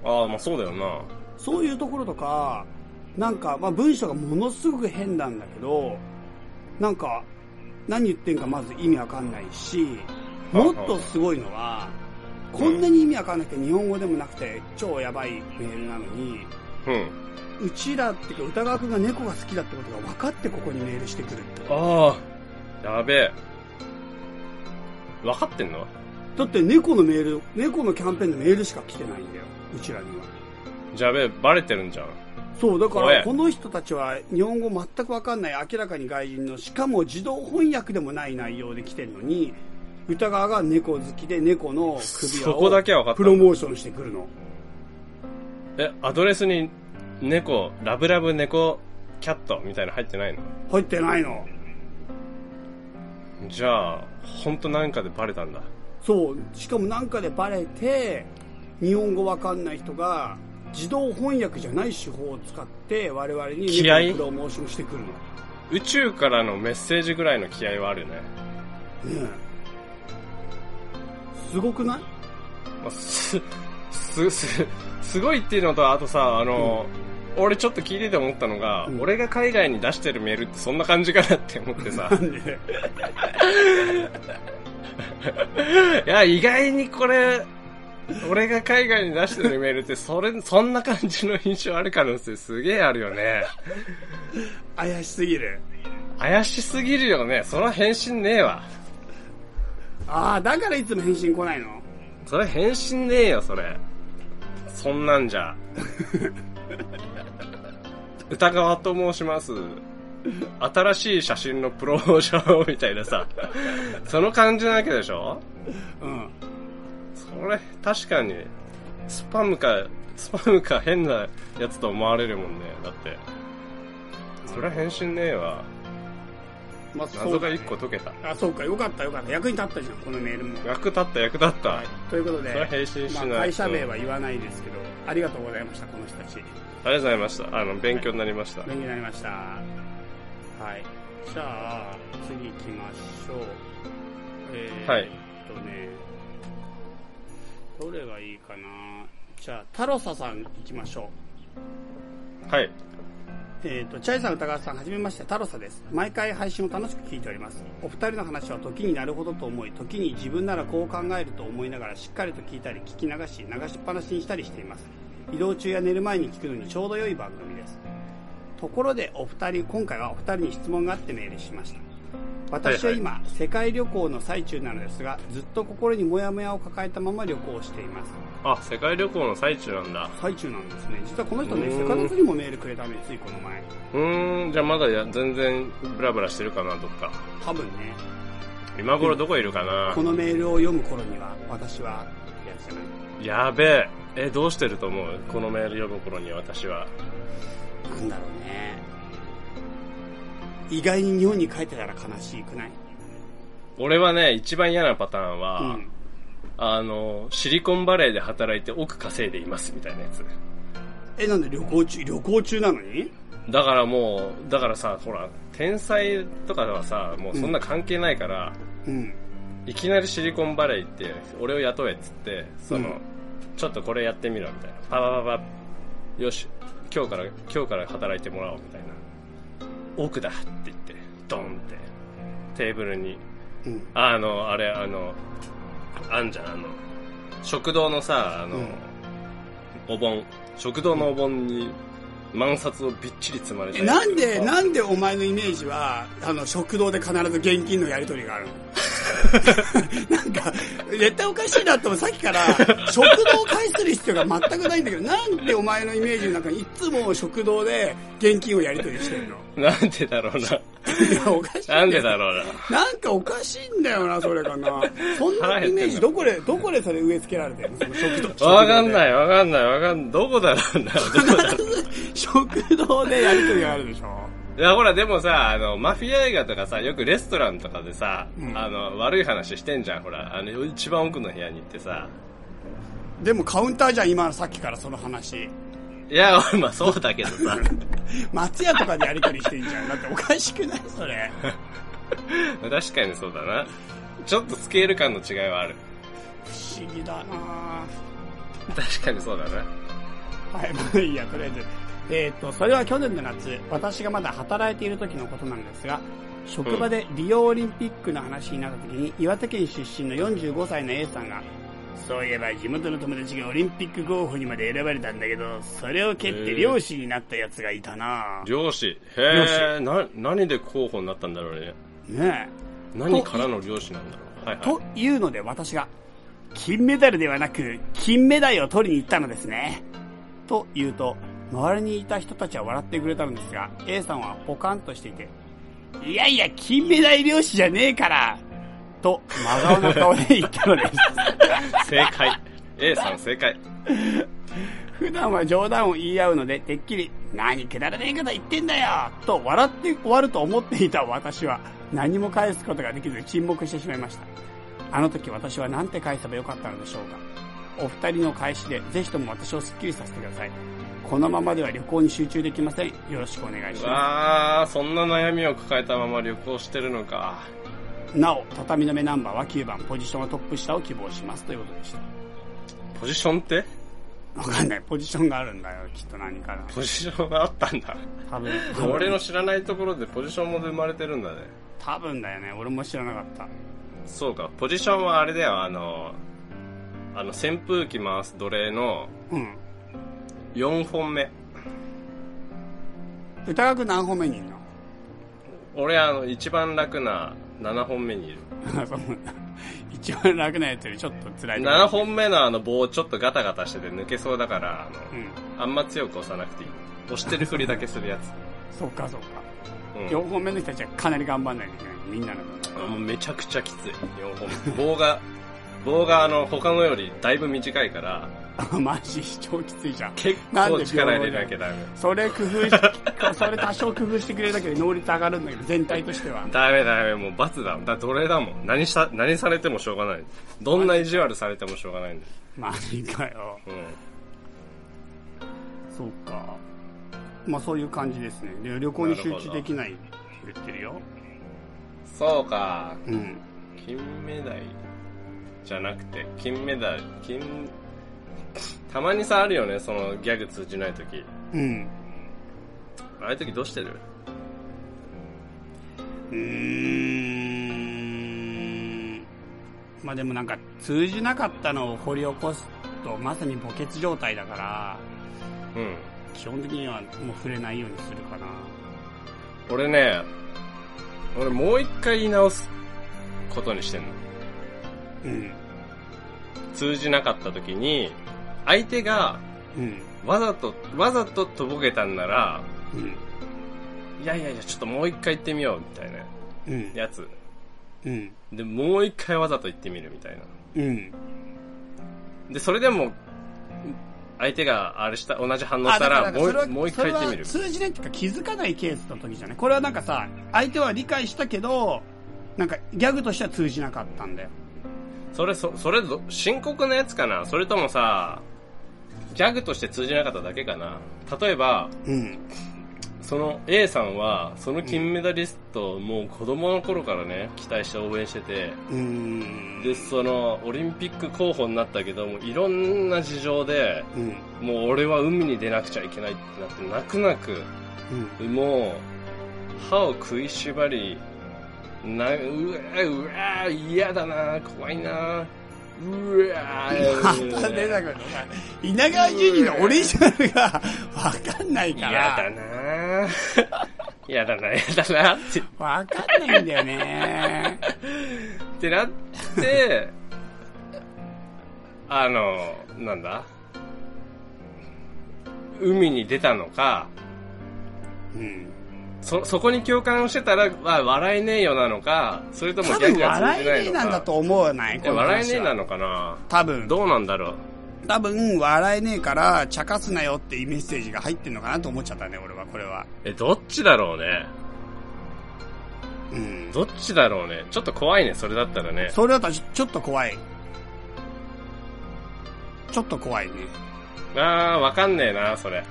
Speaker 3: ああ、まあそうだよな。
Speaker 2: そういうところとか、なんか、まあ、文章がものすごく変なんだけど、なんか、何言ってんかまず意味わかんないし、もっとすごいのは、こんなに意味わかんなくて日本語でもなくて超やばいメールなのに、
Speaker 3: うん。
Speaker 2: うちらっていうか歌川くんが猫が好きだってことが分かってここにメールしてくるって。
Speaker 3: ああ、やべえ。分かってんの
Speaker 2: だって猫のメール、猫のキャンペーンのメールしか来てないんだよ、うちらには。
Speaker 3: じゃべえ、バレてるんじゃん。
Speaker 2: そう、だから、
Speaker 3: おい
Speaker 2: この人たちは日本語全くわかんない、明らかに外人の、しかも自動翻訳でもない内容で来てるのに、歌川が猫好きで猫の首
Speaker 3: そこだ
Speaker 2: 輪
Speaker 3: けは分か
Speaker 2: を
Speaker 3: った
Speaker 2: プロモーションしてくるの。
Speaker 3: え、アドレスに、猫、ラブラブ猫、キャットみたいなの入ってないの
Speaker 2: 入ってないの。
Speaker 3: じゃあ、ほんとなんかでバレたんだ。
Speaker 2: そう、しかもなんかでバレて、日本語わかんない人が、自動翻訳じゃない手法を使って、我々に
Speaker 3: 気合
Speaker 2: 猫のプロモーションしてくるの。ね
Speaker 3: 宇宙からのメッセージぐらいの気合はあるよね。
Speaker 2: えすごくない
Speaker 3: まあす、す、す、すごいっていうのと、あとさ、あの、俺ちょっと聞いてて思ったのが、
Speaker 2: うん
Speaker 3: 俺が海外に出してるメールってそんな感じかなって思っ てさ
Speaker 2: な、んで
Speaker 3: いや、意外にこれ、俺が海外に出してるメールって、それ、そんな感じの印象ある可能性すげえあるよね。
Speaker 2: 怪しすぎる。
Speaker 3: 怪しすぎるよね。その返信ねえわ。
Speaker 2: ああ、だからいつも返信来ないの
Speaker 3: それ返信ねえよ、それ。そんなん じゃ。歌川と申します。新しい写真のプロモーションみたいなさ、その感じなわけでしょ
Speaker 2: うん。
Speaker 3: それ、確かに、スパムか、スパムか変なやつと思われるもんね。だって。それは返信ねえわ。
Speaker 2: まあ、そ
Speaker 3: 謎
Speaker 2: うだ
Speaker 3: が
Speaker 2: ね
Speaker 3: 一個解けた。
Speaker 2: あ、そうか、よかったよかった。役に立ったじゃん、このメールも。
Speaker 3: 役立った、役立った。
Speaker 2: はい。ということで
Speaker 3: それは返信し、
Speaker 2: ま
Speaker 3: な
Speaker 2: あ
Speaker 3: い、と
Speaker 2: 会社名は言わないですけど、ありがとうございました、この人たち。
Speaker 3: ありがとうございました。あの、勉強になりました。
Speaker 2: 勉強になりました。はい。じゃあ、次行きましょう。えー、
Speaker 3: はい
Speaker 2: えっとね、どれがいいかなじゃあ、タロサさん行きましょう。
Speaker 3: はい。
Speaker 2: えー、とチャイさん、歌川さん、はじめまして、太郎さです。毎回配信を楽しく聞いております。お二人の話は時になるほどと思い、時に自分ならこう考えると思いながら、しっかりと聞いたり、聞き流し、流しっぱなしにしたりしています。移動中や寝る前に聞くのにちょうど良い番組です。ところで、お二人、今回はお二人に質問があってメールしました。私は今、世界旅行の最中なのですが、ずっと心にモヤモヤを抱えたまま旅行をしています。
Speaker 3: あ、世界旅行の最中なんだ。
Speaker 2: 最中なんですね。実はこの人ね、
Speaker 3: うー
Speaker 2: セ
Speaker 3: ん
Speaker 2: カンドにもメールくれたのに、ついこの前。
Speaker 3: うーん、じゃあまだや全然ブラブラしてるかな、どっか。
Speaker 2: 多分ね、
Speaker 3: 今頃どこいるかな
Speaker 2: こ。のメールを読む頃には私はってやつじゃない
Speaker 3: やべえ。え、どうしてると思うこのメール読む頃に私は。
Speaker 2: なんだろうね意外に日本に帰ってたら悲しくない
Speaker 3: 俺はね、一番嫌なパターンは、
Speaker 2: うん
Speaker 3: あの、シリコンバレーで働いて億稼いでいますみたいなやつ。
Speaker 2: え、なんで旅行中、旅行中なのに
Speaker 3: だからもう、だからさ、ほら、天才とかはさ、もうそんな関係ないから、
Speaker 2: うん。
Speaker 3: いきなりシリコンバレー行って、俺を雇えっつって、その、
Speaker 2: うん
Speaker 3: ちょっとこれやってみろみたいな。パパパパ、よし、今日から、今日から働いてもらおうみたいな。奥だって言って、ドンって、テーブルに。
Speaker 2: うん
Speaker 3: あの、あれ、あの、あんじゃん、あの、食堂のさ、あの、
Speaker 2: うん
Speaker 3: お盆、食堂のお盆に、満札をびっちり積まれて
Speaker 2: え、なんで、なんでお前のイメージは、あの、食堂で必ず現金のやり取りがあるのなんか、絶対おかしいなと思うさっきから、食堂を返する必要が全くないんだけど、なんでお前のイメージの中にいつも食堂で現金をやり取りしてるの
Speaker 3: なんでだろうな。
Speaker 2: いや、おかしい。
Speaker 3: なんでだろうな。
Speaker 2: なんかおかしいんだよな、それか な。そんなイメージ、どこで、どこでそれ植え付けられてるのその食堂。食堂で
Speaker 3: わかんない、わかんない、わかんない。どこだろ うな。どこだろう
Speaker 2: 食堂でやりとりがあるでしょ。
Speaker 3: いや、ほら、でもさ、あの、マフィア映画とかさ、よくレストランとかでさ、
Speaker 2: うん
Speaker 3: あの、悪い話してんじゃん、ほら。あの、一番奥の部屋に行ってさ。
Speaker 2: でもカウンターじゃん、今のさっきからその話。
Speaker 3: いや、 まあそうだけどさ。
Speaker 2: 松屋とかでやりとりしてんじゃん。だっておかしくないそ れ。
Speaker 3: 確かにそうだな。ちょっとスケール感の違いはある。
Speaker 2: 不思議だな
Speaker 3: 確かにそうだな。
Speaker 2: はい、まあいいや、とりあえず。えっ、と、それは去年の夏、私がまだ働いている時のことなんですが、職場でリオオリンピックの話になった時に、岩手県出身の45歳の A さんが、そういえば地元の友達がオリンピック候補にまで選ばれたんだけど、それを蹴って漁師になったやつがいたな
Speaker 3: 漁師。へえ、な、何で候補になったんだろうね。
Speaker 2: ね
Speaker 3: 何からの漁師なんだろう。はい
Speaker 2: え。
Speaker 3: はい
Speaker 2: と。いうので私が、金メダルではなく、金メダルを取りに行ったのですね。と言うと、周りにいた人たちは笑ってくれたのですが、A さんはポカンとしていて、いやいや、金メダル漁師じゃねえからと、真顔の顔で言ったのです。
Speaker 3: 正解。A さん正解。
Speaker 2: 普段は冗談を言い合うので、てっきり、何くだらねえこと言ってんだよと笑って終わると思っていた私は、何も返すことができず沈黙してしまいました。あの時私は何て返せばよかったのでしょうか。お二人の返しで、ぜひとも私をスッキリさせてください。このままでは旅行に集中できません。よろしくお願いしま
Speaker 3: わあ、そんな悩みを抱えたまま旅行してるのか。
Speaker 2: す。なお、畳の目ナンバーは9番、ポジションはトップ下を希望します。ということでした。
Speaker 3: ポジションって
Speaker 2: わかんない。ポジションがあるんだよ。きっと何かな。
Speaker 3: ポジションがあったんだ。
Speaker 2: 多分。
Speaker 3: 俺の知らないところでポジションも生まれてるんだね。
Speaker 2: 多分だよね。俺も知らなかった。
Speaker 3: そうか、ポジションはあれだよ、あの、あの、扇風機回す奴隷の
Speaker 2: うん。
Speaker 3: 4本目。
Speaker 2: 歌楽何本目にいんの
Speaker 3: 俺、あの、一番楽な7本目にいる。
Speaker 2: そう一番楽なやつよりちょっと辛いとこ
Speaker 3: 7本目のあの棒ちょっとガタガタしてて抜けそうだから、あの、
Speaker 2: うん
Speaker 3: あんま強く押さなくていい。押してるふりだけするやつ。
Speaker 2: そっかそっか、
Speaker 3: うん
Speaker 2: 4本目の人たちはかなり頑張んないといけないみんなの 分
Speaker 3: あもうめちゃくちゃきつい。4本目。棒が、 棒があの、他のよりだいぶ短いから、
Speaker 2: あマジ超きついじゃん
Speaker 3: 結
Speaker 2: なん
Speaker 3: 構
Speaker 2: で
Speaker 3: 力入れなきゃダメ。
Speaker 2: それ工夫し それ多少工夫してくれるだけで能率上がるんだけど全体としては
Speaker 3: ダメダメ、もう罰だ。だ、奴隷だもん。何した、何されてもしょうがない。どんな意地悪されてもしょうがないんだよ。
Speaker 2: マジかよ
Speaker 3: う
Speaker 2: そっかまあそういう感じですねで旅行に集中できないって言ってるよ
Speaker 3: ん。そうか。
Speaker 2: うん
Speaker 3: 金目鯛じゃなくて、金目鯛、金、たまにさ、あるよね、そのギャグ通じないとき。
Speaker 2: うん
Speaker 3: ああいうときどうしてる
Speaker 2: うーんまあでもなんか通じなかったのを掘り起こすとまさに墓穴状態だから
Speaker 3: うん。
Speaker 2: 基本的にはもう触れないようにするかな
Speaker 3: 俺ね、俺もう一回言い直すことにしてんの。
Speaker 2: うん
Speaker 3: 通じなかったときに、相手が
Speaker 2: うん
Speaker 3: わざと、わざととぼけたんなら、
Speaker 2: うん
Speaker 3: いやいやいや、ちょっともう一回言ってみよう、みたいな
Speaker 2: うん
Speaker 3: やつ。
Speaker 2: うん
Speaker 3: で、もう一回わざと言ってみるみたいな。
Speaker 2: うん
Speaker 3: で、それでも、相手があれした、同じ反応したら、も
Speaker 2: それは
Speaker 3: う、もう一回言ってみる。
Speaker 2: それは通じないっていうか気づかないケースの時じゃないこれはなんかさ相手は理解したけどなんかギャグとしては通じなかったんだよ
Speaker 3: それ、そそれど、深刻なやつかなそれともさ、ギャグとして通じなかっただけかな例えば、
Speaker 2: うん。
Speaker 3: その A さんは、その金メダリストをもう子供の頃からね、期待して応援してて、
Speaker 2: うん。
Speaker 3: で、その、オリンピック候補になったけども、いろんな事情で、
Speaker 2: うん。
Speaker 3: もう俺は海に出なくちゃいけないってなって、泣く泣く、
Speaker 2: うん。
Speaker 3: もう、歯を食いしばり、な、うわうわ嫌だな怖いなうわ
Speaker 2: また出たくない。稲川淳二のオリジナルがわかんないか
Speaker 3: 嫌
Speaker 2: ら
Speaker 3: だ、な嫌だな嫌だなって。
Speaker 2: わかんないんだよね。
Speaker 3: ってなって、あの、なんだ海に出たのか、
Speaker 2: うん。
Speaker 3: そ、そこに共感してたら、わ笑えねえよなのか、それとも
Speaker 2: 多
Speaker 3: ギャ
Speaker 2: 分
Speaker 3: グが通
Speaker 2: 笑
Speaker 3: じ
Speaker 2: い
Speaker 3: ない
Speaker 2: ねえ
Speaker 3: のか。
Speaker 2: なんだと思わない
Speaker 3: え
Speaker 2: この話は
Speaker 3: 笑えねえなのかな
Speaker 2: 多分。
Speaker 3: どうなんだろう
Speaker 2: 多分、笑えねえから、茶化すなよっていうメッセージが入ってんのかなと思っちゃったね、俺は、これは。
Speaker 3: え、どっちだろうね。
Speaker 2: うん。
Speaker 3: どっちだろうね。ちょっと怖いね、それだったらね。
Speaker 2: それだったらちょちょっと怖い。ちょっと怖いね。
Speaker 3: あー、わかんねえな、それ。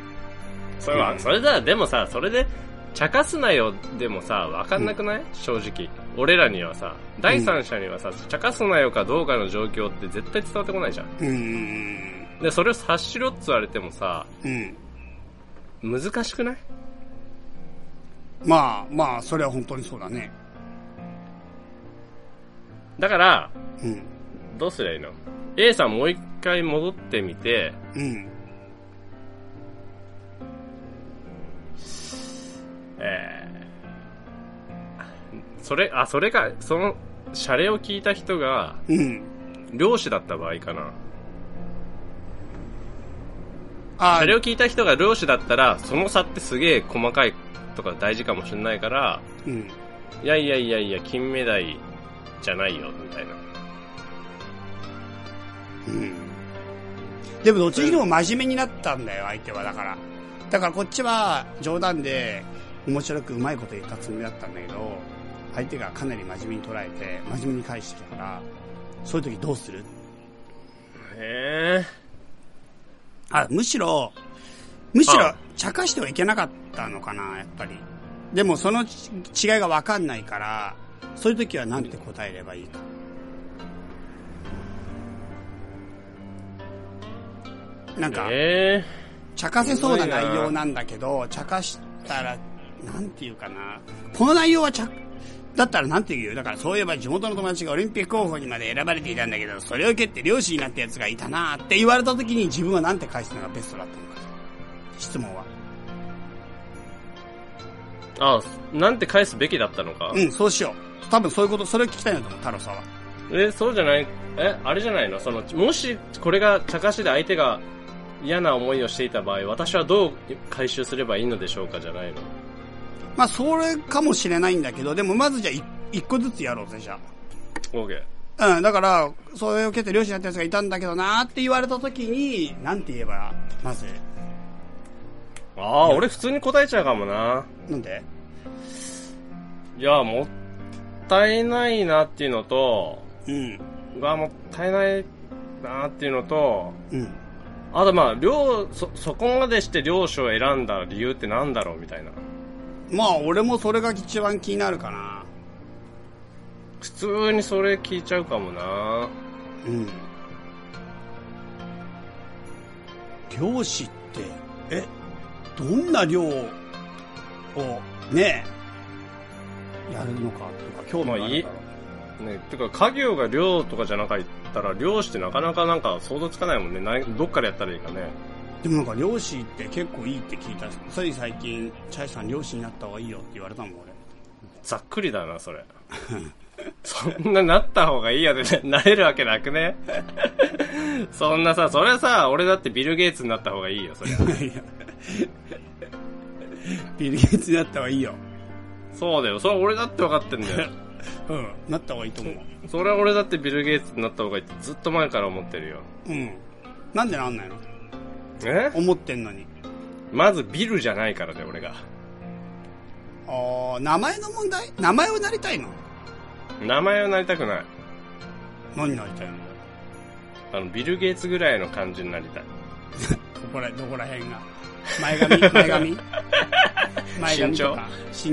Speaker 3: それは、
Speaker 2: うん
Speaker 3: それだ、でもさ、それで、茶化すなよ、でもさ、わかんなくない、正直。俺らにはさ、第三者にはさ、茶化すなよかどうかの状況って絶対伝わってこないじゃん。
Speaker 2: うーん。
Speaker 3: で、それを察しろって言われてもさ、
Speaker 2: うん。
Speaker 3: 難しくない
Speaker 2: まあまあ、それは本当にそうだね。
Speaker 3: だから、
Speaker 2: うん。
Speaker 3: どうすりゃいいの ?A さんもう一回戻ってみて、
Speaker 2: うん。
Speaker 3: えー、それ、あ、それか、その、謝礼を聞いた人が、
Speaker 2: うん。
Speaker 3: 漁師だった場合かな。
Speaker 2: あ
Speaker 3: それを聞いた人が漁師だったら、その差ってすげえ細かいとか大事かもしれないから、
Speaker 2: うん。
Speaker 3: いやいやいやいや、金目鯛じゃないよ、みたいな。
Speaker 2: うん。でも、どっちにしても真面目になったんだよ、相手は、だから。だから、こっちは冗談で、面白くうまいこと言ったつもりだったんだけど、相手がかなり真面目に捉えて、真面目に返してきたから、そういう時どうする
Speaker 3: へ
Speaker 2: あ、むしろ、むし
Speaker 3: あ
Speaker 2: ろ
Speaker 3: あ、
Speaker 2: 茶化してはいけなかったのかな、やっぱり。でも、そのち違いがわかんないから、そういう時はなんて答えればいいか。なん
Speaker 3: え
Speaker 2: か、
Speaker 3: え
Speaker 2: 茶化せそうな内容なんだけど、茶化したら、なんていうかな。この内容は茶、だったらなんて言うだからそういえば地元の友達がオリンピック候補にまで選ばれていたんだけど、それを受けて漁師になった奴がいたなって言われた時に自分はなんて返すのがベストだったのか。質問は。
Speaker 3: あ、なんて返すべきだったのか、
Speaker 2: うん、そうしよう。多分そういうこと、それを聞きたいなと思う、太郎さんは。
Speaker 3: え、そうじゃない、え、あれじゃないのその、もし、これが茶化しで相手が嫌な思いをしていた場合、私はどう回収すればいいのでしょうかじゃないの
Speaker 2: まあ、それかもしれないんだけど、でもまずじゃあい一個ずつやろうぜ、じゃあ。
Speaker 3: ?OK。
Speaker 2: うん、だから、それを受けて漁師になったやつがいたんだけどなーって言われた時に、なんて言えば、まず、
Speaker 3: ああ、俺普通に答えちゃうかもな。
Speaker 2: なんで
Speaker 3: いや、もったいないなっていうのと、
Speaker 2: うん。
Speaker 3: うわ、もったいないなっていうのと、
Speaker 2: うん。
Speaker 3: あとまあ、漁、そ、そこまでして漁師を選んだ理由ってなんだろうみたいな。
Speaker 2: まあ、俺もそれが一番気になるかな。
Speaker 3: 普通にそれ聞いちゃうかもな
Speaker 2: うん。漁師って、え、どんな漁を、ねえ、やるのかとか、興味があるだろ
Speaker 3: ね、てか、家業が漁とかじゃなかったら、漁師ってなかなかなんか想像つかないもんね。などっからやったらいいかね。
Speaker 2: う。でもなんか漁師って結構いいって聞いたし、つい最近、チャイさん漁師になった方がいいよって言われたもん、俺。
Speaker 3: ざっくりだな、それ。 そんななった方がいいやで、 なれるわけなくね。 そんなさ、それさ、俺だってビル・ゲイツになった方がいいよ、そりゃ。
Speaker 2: いや ビル・ゲイツになった方がいいよ。
Speaker 3: そうだよ、それは俺だって分かってんだよ。
Speaker 2: うん。なった方がいいと思う。
Speaker 3: それは俺だってビル・ゲイツになった方がいいってずっと前から思ってるよ。
Speaker 2: うん。なんでなんないの
Speaker 3: え
Speaker 2: 思ってんのに。
Speaker 3: まずビルじゃないからね、俺が。
Speaker 2: ああ、名前の問題名前をなりたいの
Speaker 3: 名前をなりたくない。
Speaker 2: 何になりたいの
Speaker 3: あの、ビル・ゲイツぐらいの感じになりたい。
Speaker 2: どこら、どこら辺が。前 髪前髪前髪とか身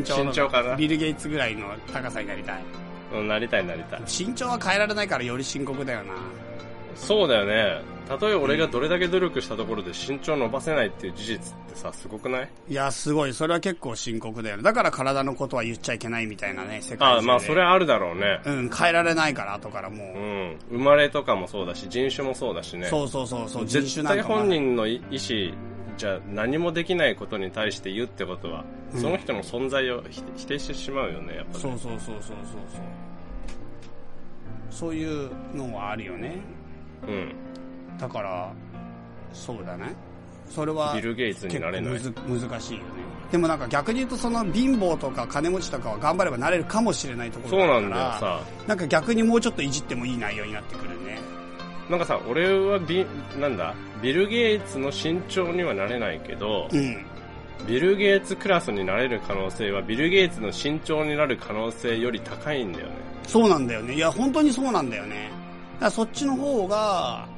Speaker 2: 長
Speaker 3: 身長かな
Speaker 2: ビル・ゲイツぐらいの高さになりたい。
Speaker 3: うんなりたいなりたい。
Speaker 2: 身長は変えられないからより深刻だよな。
Speaker 3: そうだよね。たとえ俺がどれだけ努力したところで身長伸ばせないっていう事実ってさ、すごくない
Speaker 2: いや、すごい。それは結構深刻だよね。だから体のことは言っちゃいけないみたいなね、世界中
Speaker 3: あ
Speaker 2: で
Speaker 3: あ、まあそれはあるだろうね。
Speaker 2: うん、変えられないから、後からもう。
Speaker 3: うん。生まれとかもそうだし、人種もそうだしね。
Speaker 2: そうそうそうそう、人
Speaker 3: 絶
Speaker 2: 種なん
Speaker 3: 対
Speaker 2: かもある
Speaker 3: 本人の意思じゃ何もできないことに対して言うってことは、その人の存在を否定否定してしまうよね、やっぱね
Speaker 2: そうそうそうそうそうそう。そういうのはあるよね。
Speaker 3: うん。
Speaker 2: だから、そうだね。それは
Speaker 3: ビル・ゲイツに
Speaker 2: 結
Speaker 3: なれ
Speaker 2: 構
Speaker 3: な
Speaker 2: む
Speaker 3: い。
Speaker 2: ず難しいよね。でもなんか逆に言うとその貧乏とか金持ちとかは頑張ればなれるかもしれないとこ
Speaker 3: そう
Speaker 2: ろだか
Speaker 3: な
Speaker 2: ら
Speaker 3: んだよさ。
Speaker 2: なんか逆にもうちょっといじってもいい内容になってくるね。
Speaker 3: なんかさ、俺はビ、なんだ、ビル・ゲイツの身長にはなれないけど、
Speaker 2: うん。
Speaker 3: ビル・ゲイツクラスになれる可能性は、ビル・ゲイツの身長になる可能性より高いんだよね。
Speaker 2: そうなんだよね。いや、本当にそうなんだよね。だからそっちの方が、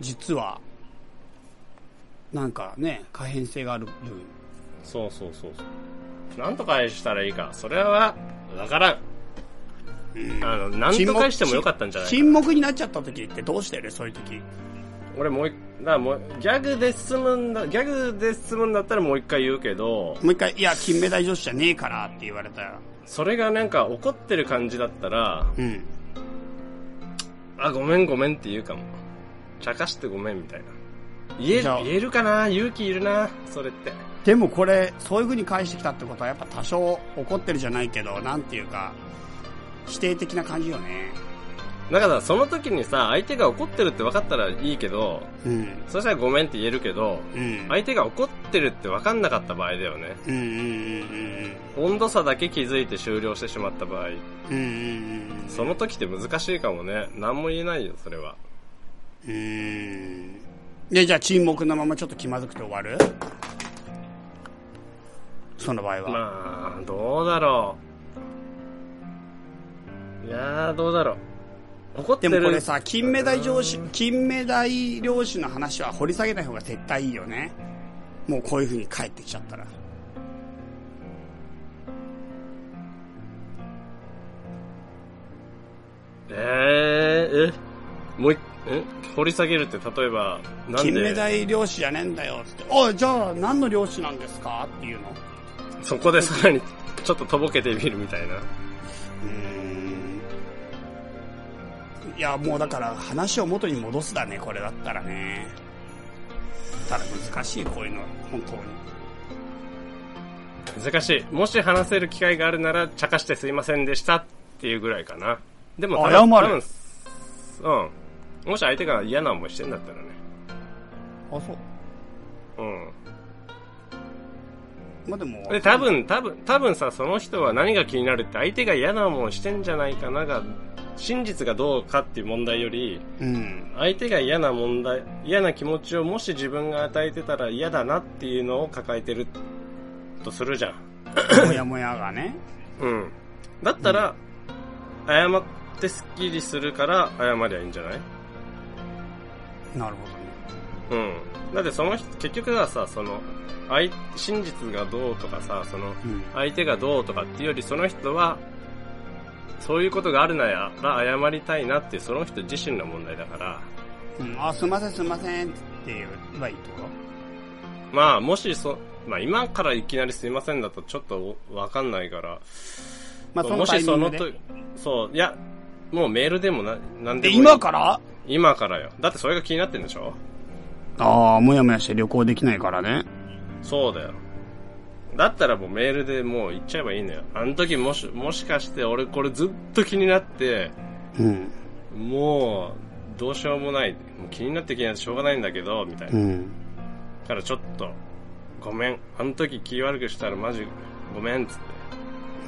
Speaker 2: 実は、なんかね、可変性がある分。
Speaker 3: そうそうそうそう。なんとかしたらいいか。それは、わからん。あの、なんとかしてもよかったんじゃないかな
Speaker 2: 沈黙になっちゃった時ってどうしてるそういう時。
Speaker 3: 俺もう一、だからもう、ギャグで進むんだ、ギャグで進むんだったらもう一回言うけど、
Speaker 2: もう一回、いや、金メダル女子じゃねえからって言われたら。
Speaker 3: それがなんか怒ってる感じだったら、
Speaker 2: うん。
Speaker 3: あ、ごめんごめんって言うかも。茶化してごめんみたいな。言え、
Speaker 2: じゃあ
Speaker 3: 言えるかな勇気いるなそれって。
Speaker 2: でもこれ、そういう風に返してきたってことは、やっぱ多少怒ってるじゃないけど、なんていうか、否定的な感じよね。
Speaker 3: だからその時にさ、相手が怒ってるって分かったらいいけど、
Speaker 2: うん。
Speaker 3: そしたらごめんって言えるけど、
Speaker 2: うん。
Speaker 3: 相手が怒ってるって分かんなかった場合だよね。
Speaker 2: うんうんうんうん
Speaker 3: 温度差だけ気づいて終了してしまった場合、
Speaker 2: うん。うんうんうん。
Speaker 3: その時って難しいかもね。何も言えないよ、それは。
Speaker 2: うーん。で、じゃあ沈黙のままちょっと気まずくて終わるその場合は。
Speaker 3: まあ、どうだろう。いやー、どうだろう。怒って
Speaker 2: で
Speaker 3: る
Speaker 2: もこれさ、金目鯛上司、金目鯛漁師の話は掘り下げない方が絶対いいよね。もうこういう風に帰ってきちゃったら。
Speaker 3: えー、え、もうい、え掘り下げるって、例えば、なん
Speaker 2: 金目
Speaker 3: で、
Speaker 2: 鯛漁師じゃねえんだよって。おい、じゃあ何の漁師なんですかっていうの。
Speaker 3: そこでさらに、ちょっととぼけてみるみたいな。
Speaker 2: うーん。いや、もうだから話を元に戻すだね、これだったらね。ただ難しい、こういうのは、本当に。
Speaker 3: 難しい。もし話せる機会があるなら、茶化してすいませんでしたっていうぐらいかな。でも、
Speaker 2: 謝る
Speaker 3: 多分うん。もし相手が嫌な思いしてんだったらね。
Speaker 2: あ、そう。
Speaker 3: うん。
Speaker 2: まあでも。
Speaker 3: で、多分、多分、多分さ、その人は何が気になるって相手が嫌なもんしてんじゃないかなが、真実がどうかっていう問題より、
Speaker 2: うん。
Speaker 3: 相手が嫌な問題、嫌な気持ちをもし自分が与えてたら嫌だなっていうのを抱えてるとするじゃん。
Speaker 2: もやもやがね。
Speaker 3: うん。だったら、謝ってスッキリするから謝りゃいいんじゃない
Speaker 2: なるほどね。
Speaker 3: うん。だってその人、結局はさ、その、相真実がどうとかさ、その、
Speaker 2: うん。
Speaker 3: 相手がどうとかっていうよりその人はそういうことがあるなら謝りたいなっていうその人自身の問題だから
Speaker 2: うん、あ、すいません、すいませんって言えばいいってこ
Speaker 3: まあもしそ、まあ、今からいきなりすいませんだとちょっとわかんないから、
Speaker 2: とまあ、その
Speaker 3: も
Speaker 2: タ
Speaker 3: し
Speaker 2: イ
Speaker 3: そ
Speaker 2: ミング
Speaker 3: の
Speaker 2: で。
Speaker 3: とそういやもうメールでもななんで
Speaker 2: え、
Speaker 3: もいい
Speaker 2: 今から
Speaker 3: 今からよだってそれが気になってんでしょ
Speaker 2: ああ、もやもやして旅行できないからね。
Speaker 3: そうだよだったらもうメールでもう言っちゃえばいいのよあの時もしもしかして俺これずっと気になって
Speaker 2: うん。
Speaker 3: もう、どうしようもない。もう気になって気になってしょうがないんだけど、みたいな。
Speaker 2: うん。
Speaker 3: だからちょっと、ごめん。あの時気悪くしたらマジ、ごめん、つって。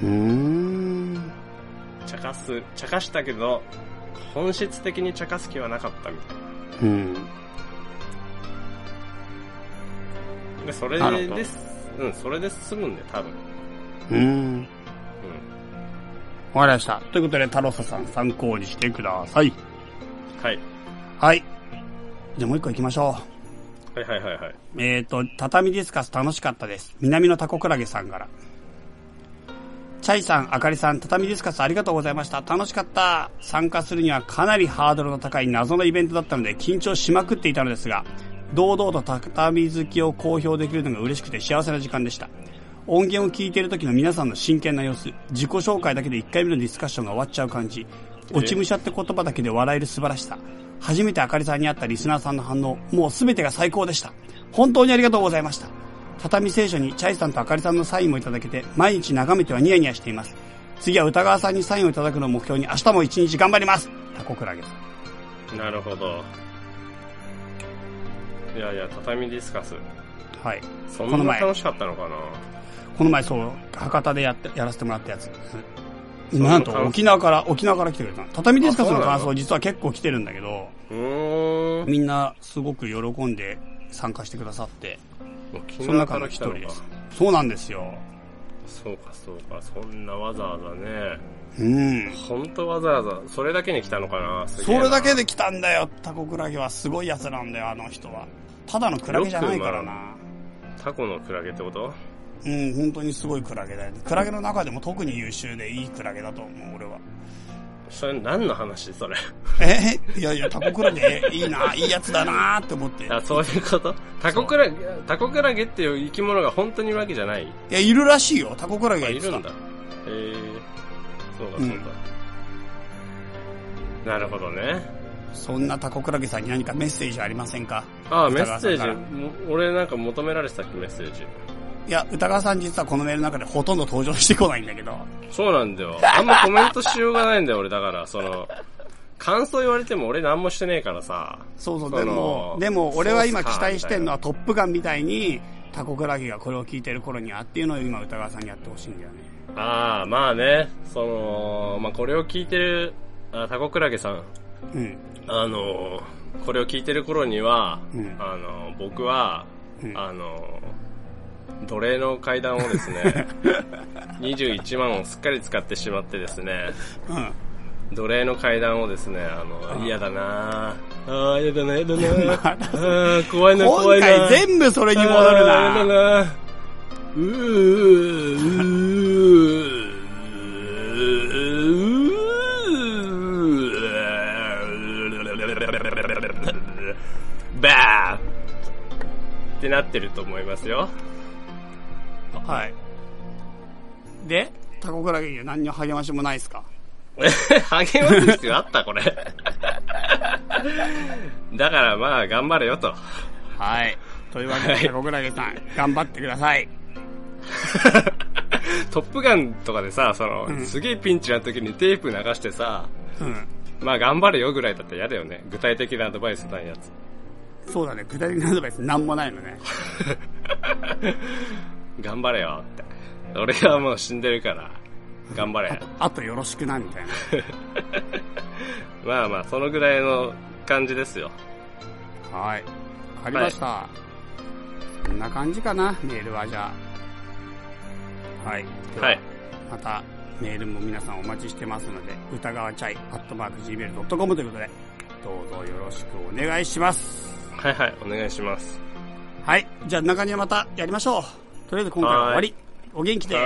Speaker 2: うーん。
Speaker 3: 茶化す、茶化したけど、本質的に茶化す気はなかったみたい
Speaker 2: うん。
Speaker 3: な。で、それ
Speaker 2: なるほど
Speaker 3: です。うん、それで済むんだよ、多分。
Speaker 2: うん。
Speaker 3: うん。
Speaker 2: わかりました。ということで、太郎さん参考にしてください。
Speaker 3: はい。
Speaker 2: はい。じゃあもう一個行きましょ
Speaker 3: はいはいはいはい。
Speaker 2: う。えっ、ー、と、畳ディスカス楽しかったです。南のタコクラゲさんから。チャイさん、あかりさん、畳ディスカスありがとうございました。楽しかった。参加するにはかなりハードルの高い謎のイベントだったので緊張しまくっていたのですが、堂々と畳好きを公表できるのが嬉しくて幸せな時間でした。音源を聞いている時の皆さんの真剣な様子、自己紹介だけで1回目のディスカッションが終わっちゃう感じ、落ち武者って言葉だけで笑える素晴らしさ、初めてあかりさんに会ったリスナーさんの反応、もう全てが最高でした。本当にありがとうございました。畳聖書にチャイさんとあかりさんのサインもいただけて、毎日眺めてはニヤニヤしています。次は歌川さんにサインをいただくのを目標に明日も一日頑張りますタコクラゲさん。
Speaker 3: なるほど。いやいや、畳ディスカス。
Speaker 2: はい。
Speaker 3: そ
Speaker 2: こ
Speaker 3: ん
Speaker 2: の
Speaker 3: な
Speaker 2: 前
Speaker 3: 楽しかったのかな
Speaker 2: この前そう、博多でやって、やらせてもらったやつです。
Speaker 3: う
Speaker 2: なんと
Speaker 3: 感想
Speaker 2: 沖縄から、沖縄から来てくれたの。畳ディスカスの
Speaker 3: あ
Speaker 2: 感
Speaker 3: そうな
Speaker 2: 想
Speaker 3: の
Speaker 2: 実は結構来てるんだけど、
Speaker 3: うーん。
Speaker 2: みんなすごく喜んで参加してくださって、
Speaker 3: 沖
Speaker 2: その
Speaker 3: 縄
Speaker 2: 中
Speaker 3: か
Speaker 2: の
Speaker 3: ら
Speaker 2: 一
Speaker 3: 来たの
Speaker 2: 人
Speaker 3: か
Speaker 2: で。す。そうなんですよ。
Speaker 3: そうかそうか。そんなわざわざね。
Speaker 2: うん。
Speaker 3: ほんとわざわざ、それだけに来たのかなす
Speaker 2: そ
Speaker 3: げえな
Speaker 2: れだけで来たんだよ、タコクラゲは。すごいやつなんだよ、あの人は。ただのクラゲじゃないから
Speaker 3: よ
Speaker 2: な。
Speaker 3: タコのクラゲってこと
Speaker 2: うん、本当にすごいクラゲだよ。クラゲの中でも特に優秀でいいクラゲだと思う、俺 は。
Speaker 3: それ何の話それ。
Speaker 2: えいやいや、タコクラゲいいな、いいやつだなって思って。い
Speaker 3: あ、そういうことタコクラゲ、タコクラゲっていう生き物が本当にいるわけじゃない
Speaker 2: や、いるらしいよ、タコクラゲ
Speaker 3: あ、
Speaker 2: が
Speaker 3: い
Speaker 2: いつ
Speaker 3: る
Speaker 2: だ
Speaker 3: んだ。えー、そうか
Speaker 2: う
Speaker 3: そ
Speaker 2: ん
Speaker 3: うか。なるほどね。
Speaker 2: そんなタコクラゲさんに何かメッセージありませんか
Speaker 3: あメ
Speaker 2: 歌川
Speaker 3: ッ
Speaker 2: さん
Speaker 3: セー
Speaker 2: か
Speaker 3: ジ
Speaker 2: ら
Speaker 3: も。俺なんか求められてたっけ、メッセージ。
Speaker 2: いや、歌川さん実はこのメールの中でほとんど登場してこないんだけど。
Speaker 3: そうなんだよ。あんまコメントしようがないんだよ、俺だから。その、感想言われても俺何もしてねえからさ。
Speaker 2: そうそう、
Speaker 3: その
Speaker 2: でも、でも俺は今
Speaker 3: そう
Speaker 2: 期
Speaker 3: っすか
Speaker 2: 待してるのはトップガンみたいに、タコクラゲがこれを聞いてる頃にはっていうのを今歌川さんにやってほしいんだよね。
Speaker 3: ああ、まあね。その、まあこれを聞いてる、あタコクラゲさん。
Speaker 2: うん。
Speaker 3: あの、これを聞いてる頃には、
Speaker 2: うん
Speaker 3: あの、僕は、
Speaker 2: うん
Speaker 3: あの、奴隷の階段をで すね、21万をすっかり使ってしまってですね、
Speaker 2: うん。
Speaker 3: 奴隷の階段をですね、あの、嫌だなぁ。ああ、嫌だな、嫌だ なぁ。ああー、怖いな、
Speaker 2: 今
Speaker 3: 怖いな。
Speaker 2: 回
Speaker 3: 部
Speaker 2: 全部それに戻る
Speaker 3: 嫌
Speaker 2: な。
Speaker 3: だなぁ。うー、うー、うー、ばーってなってると思いますよ。
Speaker 2: はい。で、タコクラゲには何の励ましもないですか
Speaker 3: 励ます必要あったこれ。 だからまあ、頑張れよと。
Speaker 2: はい。というわけで、タコクラゲさん、頑張ってください。
Speaker 3: トップガンとかでさ、その、
Speaker 2: ん
Speaker 3: すげえピンチな時にテープ流してさ、
Speaker 2: うん。
Speaker 3: まあ頑張れよぐらいだったら嫌だよね。具体的なアドバイスないやつ。
Speaker 2: そうだね、具体的なアドバイスなんもないのね。
Speaker 3: 頑張れよって。俺はもう死んでるから、頑張れ。
Speaker 2: あとよろしくな、みたいな。
Speaker 3: まあまあ、そのぐらいの感じですよ。
Speaker 2: はい。わかりました。こんな感じかな、メールはじゃあ。はい。で
Speaker 3: はい。
Speaker 2: また、メールも皆さんお待ちしてますので、歌川チャイ、アットマーク Gmail.com ということで、どうぞよろしくお願いします。
Speaker 3: はいはい、お願いします。
Speaker 2: はい。じゃあ、中にはまたやりましょう。とりあえず今回は終わり。お元気で
Speaker 3: は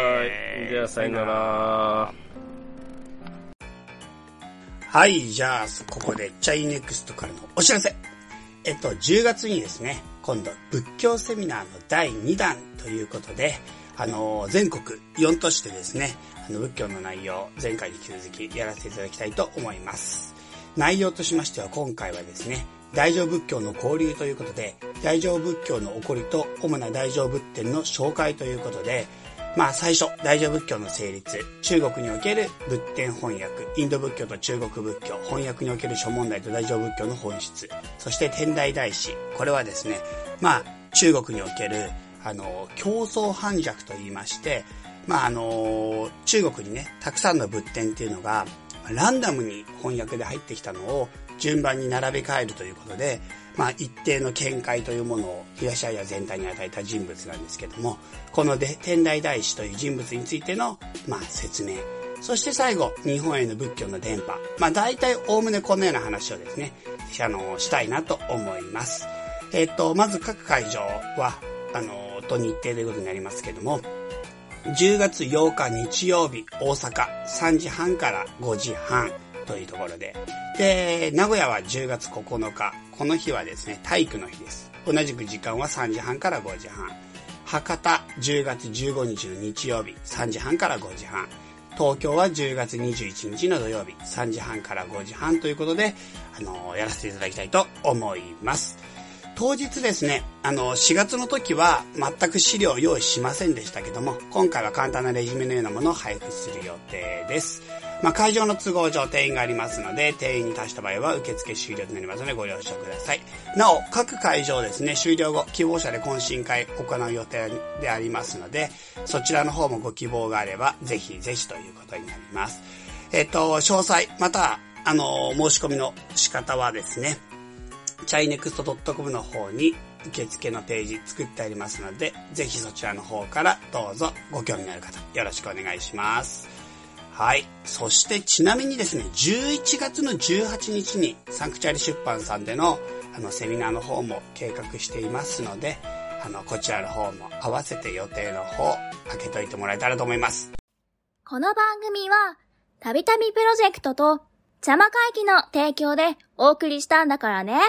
Speaker 3: い。では、さよなら。
Speaker 2: はい、じゃあ、ここで、チャイネクストからのお知らせ。えっと、10月にですね、今度、仏教セミナーの第2弾ということで、あの、全国4都市でですね、あの、仏教の内容、前回に引き続きやらせていただきたいと思います。内容としましては、今回はですね、大乗仏教の交流ということで、大乗仏教の起こりと主な大乗仏典の紹介ということで、まあ最初、大乗仏教の成立、中国における仏典翻訳、インド仏教と中国仏教、翻訳における諸問題と大乗仏教の本質、そして天台大師、これはですね、まあ中国における、あの、競争反逆と言いまして、まああの、中国にね、たくさんの仏典っていうのが、ランダムに翻訳で入ってきたのを順番に並べ替えるということで、まあ、一定の見解というものを東アジア全体に与えた人物なんですけども、こので天台大師という人物についての、まあ、説明、そして最後、日本への仏教の伝播。まあ大体おおむねこのような話をですね、あの、したいなと思います。えっ、と、まず各会場は、あの、と日程ということになりますけども、10月8日日曜日、大阪3時半から5時半というところで。で、名古屋は10月9日。この日はですね、体育の日です。同じく時間は3時半から5時半。博多10月15日の日曜日、3時半から5時半。東京は10月21日の土曜日、3時半から5時半ということで、あのやらせていただきたいと思います。当日ですね、あの、4月の時は全く資料を用意しませんでしたけども、今回は簡単なレジュメのようなものを配布する予定です。まあ、会場の都合上定員がありますので、定員に達した場合は受付終了となりますのでご了承ください。なお、各会場ですね、終了後、希望者で懇親会を行う予定でありますので、そちらの方もご希望があれば、ぜひぜひということになります。えっと、詳細、また、あの、申し込みの仕方はですね、chinext.com の方に受付のページ作ってありますので、ぜひそちらの方からどうぞご興味のある方、よろしくお願いします。はい。そしてちなみにですね、11月の18日にサンクチャリ出版さんでのあのセミナーの方も計画していますので、あの、こちらの方も合わせて予定の方、開けといてもらえたらと思います。
Speaker 4: この番組は、たびたびプロジェクトと、ちゃま会議の提供でお送りしたんだからね。